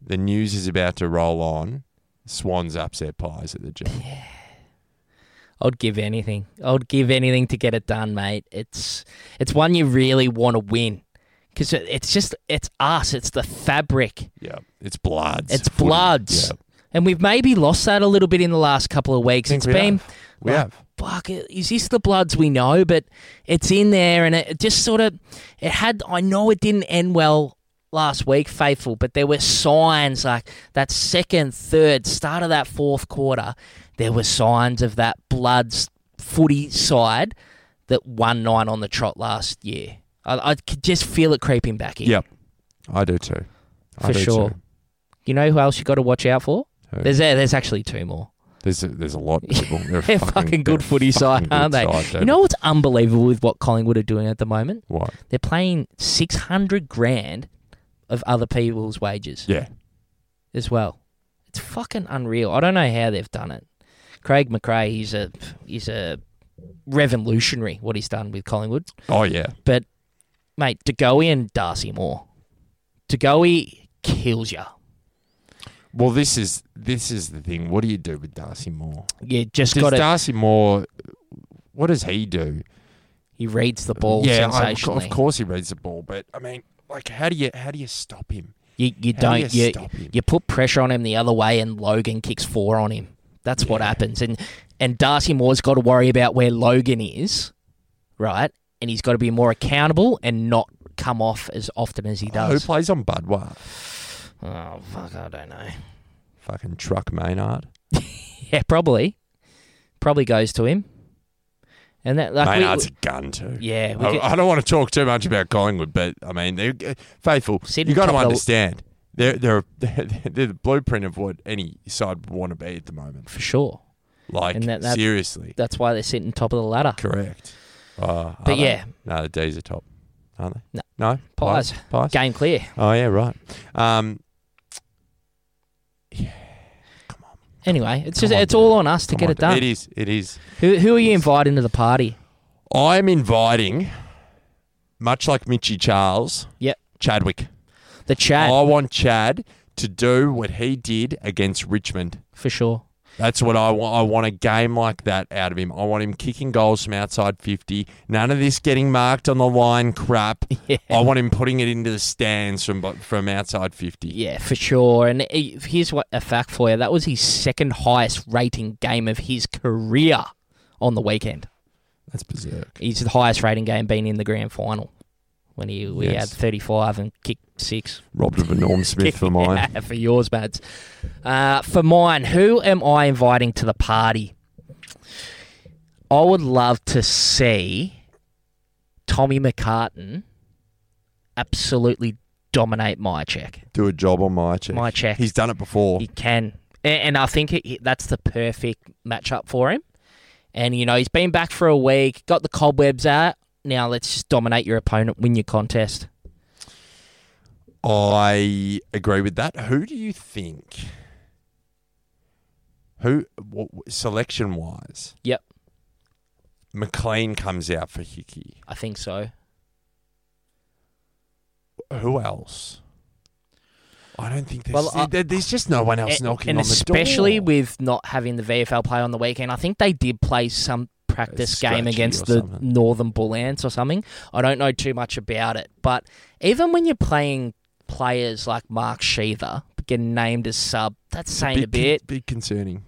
S1: the news is about to roll on. Swans upset pies at the gym.
S2: I'd give anything. I'd give anything to get it done, mate. It's it's one you really want to win because it's just it's us. It's the fabric.
S1: Yeah, it's bloods.
S2: It's bloods. And we've maybe lost that a little bit in the last couple of weeks. It's
S1: we
S2: been
S1: have. We
S2: like,
S1: have.
S2: Fuck, is this the bloods we know? But it's in there, and it just sort of it had. I know it didn't end well last week, faithful, but there were signs like that second, third, start of that fourth quarter. There were signs of that bloods footy side that won nine on the trot last year. I, I could just feel it creeping back in
S1: Yep, I do too. I
S2: for
S1: do
S2: sure.
S1: too.
S2: You know who else you got to watch out for?
S1: Who?
S2: There's there's actually two more.
S1: There's a, there's a lot. People. They're, a
S2: They're fucking, good footy side,
S1: fucking
S2: aren't
S1: good
S2: they?
S1: side,
S2: you
S1: dude.
S2: know what's unbelievable with what Collingwood are doing at the moment?
S1: What?
S2: They're paying six hundred grand of other people's wages.
S1: Yeah.
S2: As well, it's fucking unreal. I don't know how they've done it. Craig McRae, he's a he's a revolutionary. What he's done with Collingwood.
S1: Oh yeah.
S2: But mate, DeGoey and Darcy Moore. DeGoey kills ya.
S1: Well, this is this is the thing. What do you do with Darcy Moore?
S2: Yeah, just
S1: Does
S2: gotta-
S1: Darcy Moore. What does he do?
S2: He reads the ball
S1: Yeah, I-
S2: sensationally.
S1: of course he reads the ball, but I mean, like, how do you how do you stop him?
S2: You you
S1: How do
S2: don't
S1: you
S2: you,
S1: stop
S2: you, put pressure on him the other way, and Logan kicks four on him. That's what happens, and and Darcy Moore's got to worry about where Logan is, right? And he's got to be more accountable and not come off as often as he does.
S1: Who plays on Budwar?
S2: Oh fuck, I don't know.
S1: Fucking truck Maynard.
S2: Yeah, probably, probably goes to him. And that like we-
S1: Maynard's a gun too.
S2: Yeah, we
S1: I,
S2: get-
S1: I don't want to talk too much about Collingwood, but I mean, they're uh, faithful.
S2: Sydney
S1: You got to
S2: top of the-
S1: understand, they're they're they're the blueprint of what any side would want to be at the moment.
S2: for sure.
S1: Like
S2: And that- that-
S1: seriously,
S2: That's why they're sitting top of the ladder.
S1: correct. Uh, are
S2: But
S1: they?
S2: yeah.
S1: no, the D's are top, aren't they?
S2: No.
S1: no
S2: Pies.
S1: pies.
S2: Game clear.
S1: Oh yeah, right. Um,
S2: Anyway, it's
S1: Come
S2: just
S1: on,
S2: it's all on us to
S1: come
S2: get
S1: on,
S2: it done.
S1: It is. It is.
S2: Who who are you inviting to the party?
S1: I'm inviting, much like Mitchy Charles.
S2: Yep.
S1: Chadwick.
S2: The Chad.
S1: I want Chad to do what he did against Richmond.
S2: For sure.
S1: That's what I want. I want a game like that out of him. I want him kicking goals from outside 50. None of this getting marked on the line crap. I want him putting it into the stands from bu- from outside 50.
S2: Yeah, for sure. And eh, here's what a fact for you: that was his second highest rating game of his career on the weekend.
S1: That's berserk.
S2: His highest rating game being in the grand final when he we
S1: Yes.
S2: had 35 and kicked six.
S1: Robbed of a Norm Smith for mine.
S2: for yours, Mads. Uh, for mine, who am I inviting to the party? I would love to see Tommy McCartan absolutely dominate my check.
S1: Do a job on my check.
S2: My check.
S1: He's done it before.
S2: He can, A- and I think he- that's the perfect matchup for him. And you know he's been back for a week, got the cobwebs out. Now let's just dominate your opponent, win your contest.
S1: I agree with that. Who do you think? Who what, selection wise?
S2: Yep.
S1: McLean comes out for Hickey.
S2: I think so.
S1: Who else? I don't think there's
S2: Well, I-
S1: there- there's just no one else
S2: and,
S1: knocking
S2: and
S1: on the door.
S2: especially with not having the VFL play on the weekend. I think they did play some practice game
S1: scratchy
S2: against
S1: or
S2: the
S1: something.
S2: Northern Bull Ants or something. I don't know too much about it, but even when you're playing players like Mark Sheather getting named as sub, that's saying a
S1: big,
S2: bit.
S1: con- big concerning.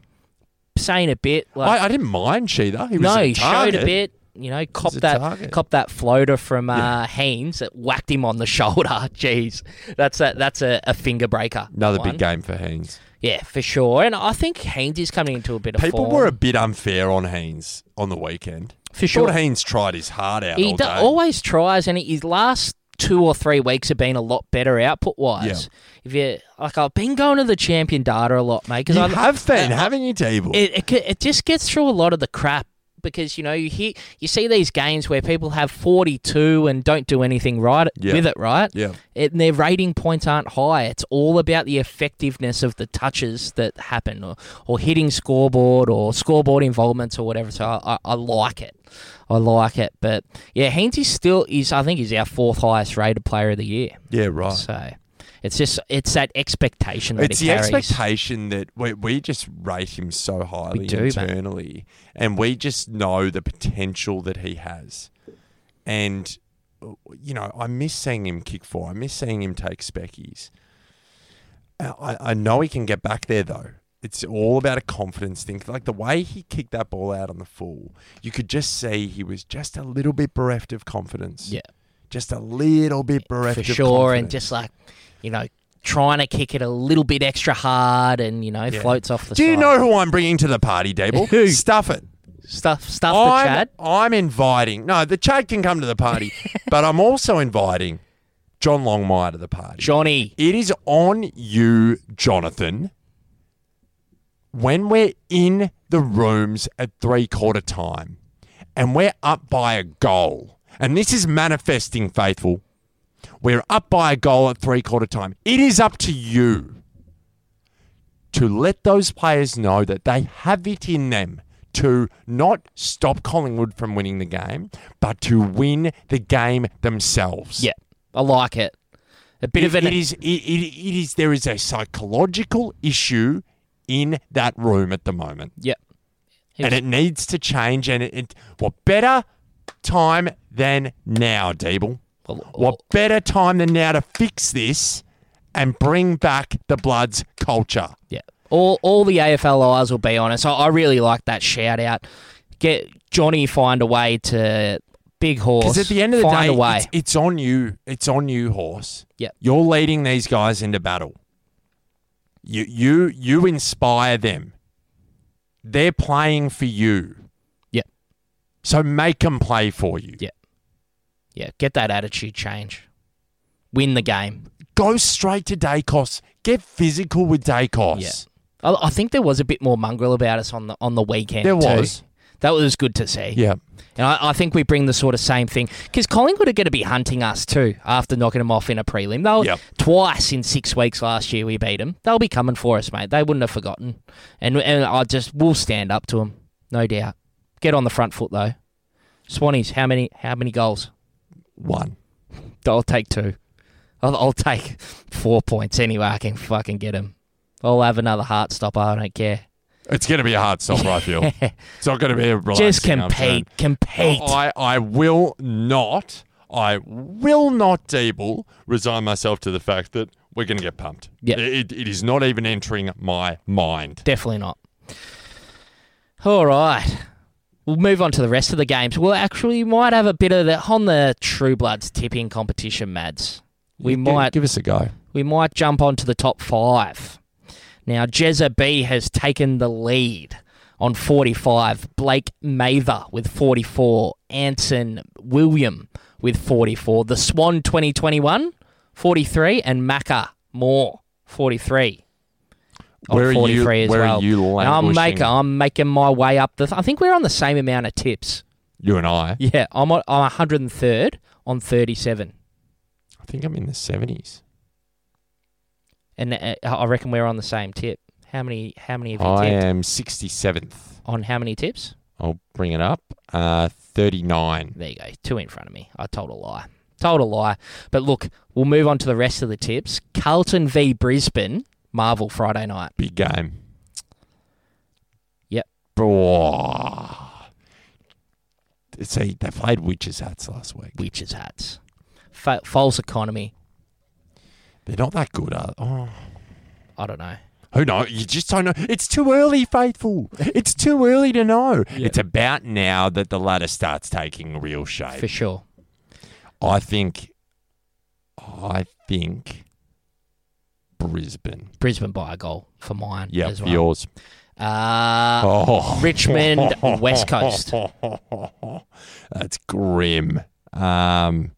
S2: saying a bit. Like,
S1: I, I didn't mind Sheether. He was
S2: no,
S1: a
S2: he showed a
S1: target.
S2: bit. You know, cop
S1: a
S2: that
S1: target.
S2: cop that floater from uh,
S1: Yeah.
S2: Haynes that whacked him on the shoulder. Jeez, that's a that's a, a finger breaker.
S1: Another
S2: that one.
S1: big game for Haynes.
S2: Yeah, for sure. And I think Haynes is coming into a bit of
S1: People
S2: form.
S1: were a bit unfair on Haynes on the weekend.
S2: For sure.
S1: Thought Haynes tried his heart out
S2: he
S1: all
S2: do-
S1: day.
S2: always tries, and his last two or three weeks have been a lot better output wise. If you like, I've been going to the champion data a lot, mate. Because
S1: You
S2: I
S1: have been, haven't you, Table?
S2: It, it ca- it just gets through a lot of the crap because you know you hear you see these games where people have forty two and don't do anything right
S1: Yeah.
S2: with it, right?
S1: Yeah.
S2: It, their rating points aren't high. It's all about the effectiveness of the touches that happen, or, or hitting scoreboard, or scoreboard involvements, or whatever. So I, I, I like it. I like it. But yeah, Haynes is still is. I think he's our fourth highest rated player of the year.
S1: Yeah, right.
S2: So it's just it's that expectation that
S1: It's
S2: he
S1: the
S2: carries.
S1: expectation that we, we just rate him so highly
S2: do, mate.
S1: internally, and we just know the potential that he has. And uh, you know, I miss seeing him kick four. I miss seeing him take speckies. I, I- I know he can get back there though. It's all about a confidence thing. Like the way he kicked that ball out on the full, you could just see he was just a little bit bereft of confidence.
S2: Yeah.
S1: Just a little bit bereft
S2: for
S1: of
S2: sure,
S1: confidence.
S2: and just like you know, trying to kick it a little bit extra hard, and you know,
S1: Yeah.
S2: floats off the.
S1: Do you
S2: side.
S1: know who I'm bringing to the party, Dable? Who? Stuff it.
S2: Stuff, stuff
S1: I'm,
S2: the Chad.
S1: I'm inviting. No, the Chad can come to the party, but I'm also inviting John Longmire to the party.
S2: Johnny,
S1: it is on you, Jonathan. When we're in the rooms at three quarter time, and we're up by a goal, and this is manifesting faithful. We're up by a goal at three quarter time. It is up to you to let those players know that they have it in them to not stop Collingwood from winning the game, but to win the game themselves.
S2: Yeah, I like it. A bit of an-
S1: it is it, it, it is there is a psychological issue in that room at the moment.
S2: Yep.
S1: And it needs to change and it, it what better time than now, Deeble? What better time than now to fix this and bring back the Bloods culture?
S2: Yeah. All all the AFL eyes will be on us. I, I really like that shout out. Get Johnny find a way to big horse.
S1: Because at the end of the
S2: find
S1: day,
S2: a way.
S1: It's, it's on you. It's on you, horse.
S2: Yep.
S1: you're leading these guys into battle. You you you inspire them. They're playing for you.
S2: Yep.
S1: So make them play for you.
S2: Yep. yeah, get that attitude change. Win the game.
S1: Go straight to Dacos. Get physical with Dacos.
S2: Yeah. I, I think there was a bit more mongrel about us on the on the weekend.
S1: There
S2: too.
S1: was.
S2: That was good to see.
S1: Yeah.
S2: And I, I think we bring the sort of same thing because Collingwood are going to be hunting us too after knocking them off in a prelim. They'll twice in six weeks last year we beat them. They'll be coming for us, mate. They wouldn't have forgotten, and and I just will stand up to them, no doubt. Get on the front foot though. Swannies, how many how many goals?
S1: One.
S2: I'll take two. I'll, I'll take four points anyway. I can fucking get them. I'll have another heart stopper. I don't care.
S1: It's going to be a hard stop, I feel. It's not going to be a relaxing
S2: Just compete,
S1: afternoon.
S2: compete.
S1: I, I will not, I will not, Deeble, resign myself to the fact that we're going to get pumped.
S2: Yeah.
S1: It, it is not even entering my mind.
S2: Definitely not. All right. We'll move on to the rest of the games. We'll actually might have a bit of that on the True Bloods tipping competition, Mads. We
S1: Gi-
S2: might
S1: Give us a go.
S2: we might jump onto the top five. Now, Jezza B has taken the lead on 45. Blake Mather with 44. Anson William with 44. The Swan 2021, 43. And Macca Moore, 43. On
S1: Where are you-
S2: 43 as
S1: where are
S2: well.
S1: you
S2: And I'm making,
S1: languishing?
S2: I'm making my way up. The th- I think we're on the same amount of tips.
S1: You and I.
S2: Yeah, I'm on, I'm 103rd on 37.
S1: I think I'm in the 70s.
S2: and uh, I reckon we're on the same tip. How many? How many have you
S1: I
S2: tipped?
S1: am 67th.
S2: On how many tips?
S1: I'll bring it up. Uh, 39.
S2: There you go. Two in front of me. I told a lie. Told a lie. But look, we'll move on to the rest of the tips. Carlton v Brisbane, Marvel Friday night.
S1: Big game.
S2: Yep.
S1: See, they played witches' hats last week.
S2: Witches' hats. Fa- false economy.
S1: They're not that good, are oh.
S2: I don't know.
S1: Who knows? You just don't know. It's too early, faithful. It's too early to know. It's about now that the ladder starts taking real shape.
S2: For sure.
S1: I think. I think. Brisbane.
S2: Brisbane by a goal for mine
S1: Yeah,
S2: as
S1: for
S2: well.
S1: yours.
S2: Uh,
S1: Oh.
S2: Richmond, West Coast.
S1: That's grim. Um,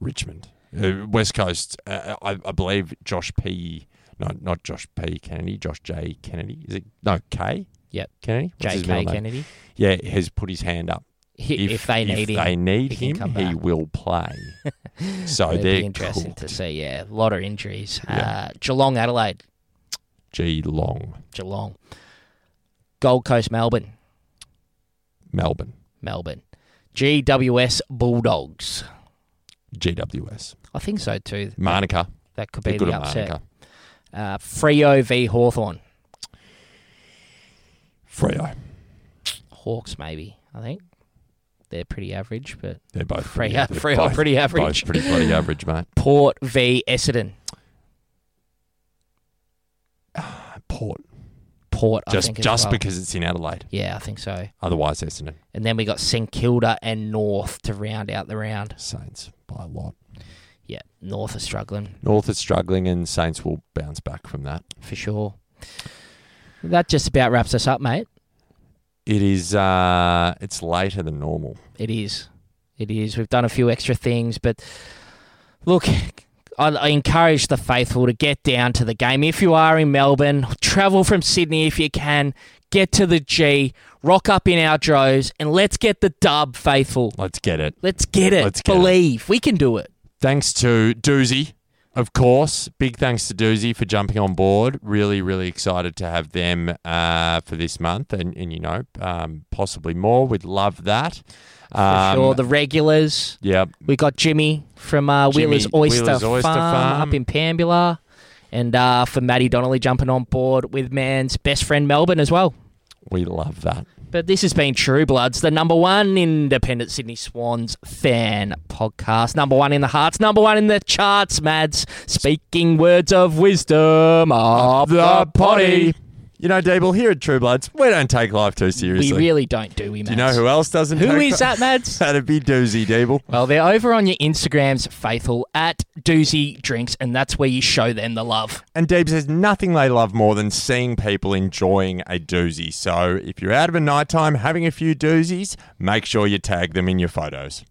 S1: Richmond, uh, West Coast. Uh, I, I believe Josh P. Not not Josh P. Kennedy. Josh J. Kennedy. Is it no K?
S2: Yep.
S1: Kennedy. What's his
S2: J.K.
S1: middle name?
S2: Kennedy.
S1: Yeah, has put his hand up.
S2: If- if they need him,
S1: they need
S2: he can
S1: him,
S2: come
S1: he
S2: back.
S1: will play. so
S2: It'd
S1: they're
S2: be interesting
S1: cooked.
S2: to see. Yeah, a lot of injuries. Uh, Geelong, Adelaide,
S1: Geelong,
S2: Geelong, Gold Coast, Melbourne,
S1: Melbourne,
S2: Melbourne, GWS Bulldogs.
S1: GWS,
S2: I think so too.
S1: Manuka.
S2: That could be
S1: They're good
S2: the
S1: at
S2: upset.
S1: Manuka.
S2: Uh, Frio v Hawthorn.
S1: Freo.
S2: Hawks, maybe. I think they're pretty average, but
S1: They're both
S2: Freo,
S1: pretty-
S2: Freo,
S1: they're
S2: pretty,
S1: both- both
S2: average.
S1: pretty bloody average, mate.
S2: Port v Essendon.
S1: Port.
S2: Port. I
S1: Just
S2: think as
S1: just
S2: well.
S1: because it's in Adelaide.
S2: Yeah, I think so.
S1: Otherwise, Essendon.
S2: And then we got St Kilda and North to round out the round.
S1: Saints by a lot.
S2: Yeah, North are struggling
S1: North is struggling, and Saints will bounce back from that.
S2: for sure. That just about wraps us up, mate.
S1: It is. Uh, it's later than normal.
S2: It is. It is. We've done a few extra things, but look, I, I encourage the faithful to get down to the game. If you are in Melbourne, travel from Sydney if you can. Get to the G, rock up in our droves, and let's get the dub, faithful.
S1: Let's get it.
S2: Let's get it.
S1: Let's get it.
S2: Believe. We can do it.
S1: Thanks to Doozy, of course. Big thanks to Doozy for jumping on board. Really, really excited to have them uh, for this month, and, and you know, um, possibly more. We'd love that. Um,
S2: For sure. The regulars.
S1: Yep.
S2: We got Jimmy from uh,
S1: Jimmy,
S2: Wheeler's, Oyster,
S1: Wheeler's Oyster
S2: Farm,
S1: Farm.
S2: up in Pambula. And uh, for Maddie Donnelly jumping on board with man's best friend Melbourne as well.
S1: we love that.
S2: But this has been True Bloods, the number one independent Sydney Swans fan podcast, number one in the hearts, number one in the charts, Mads. Speaking words of wisdom of the potty.
S1: You know, Dable, here at True Bloods, we don't take life too seriously.
S2: We really don't, do we, Mads?
S1: Do you know who else doesn't?
S2: Who
S1: take
S2: is that, Mads?
S1: That'd be Doozy Deeble.
S2: Well, they're over on your Instagrams, faithful at Doozy Drinks, and that's where you show them the love.
S1: And Deeb says nothing they love more than seeing people enjoying a doozy. So if you're out of a nighttime having a few doozies, make sure you tag them in your photos.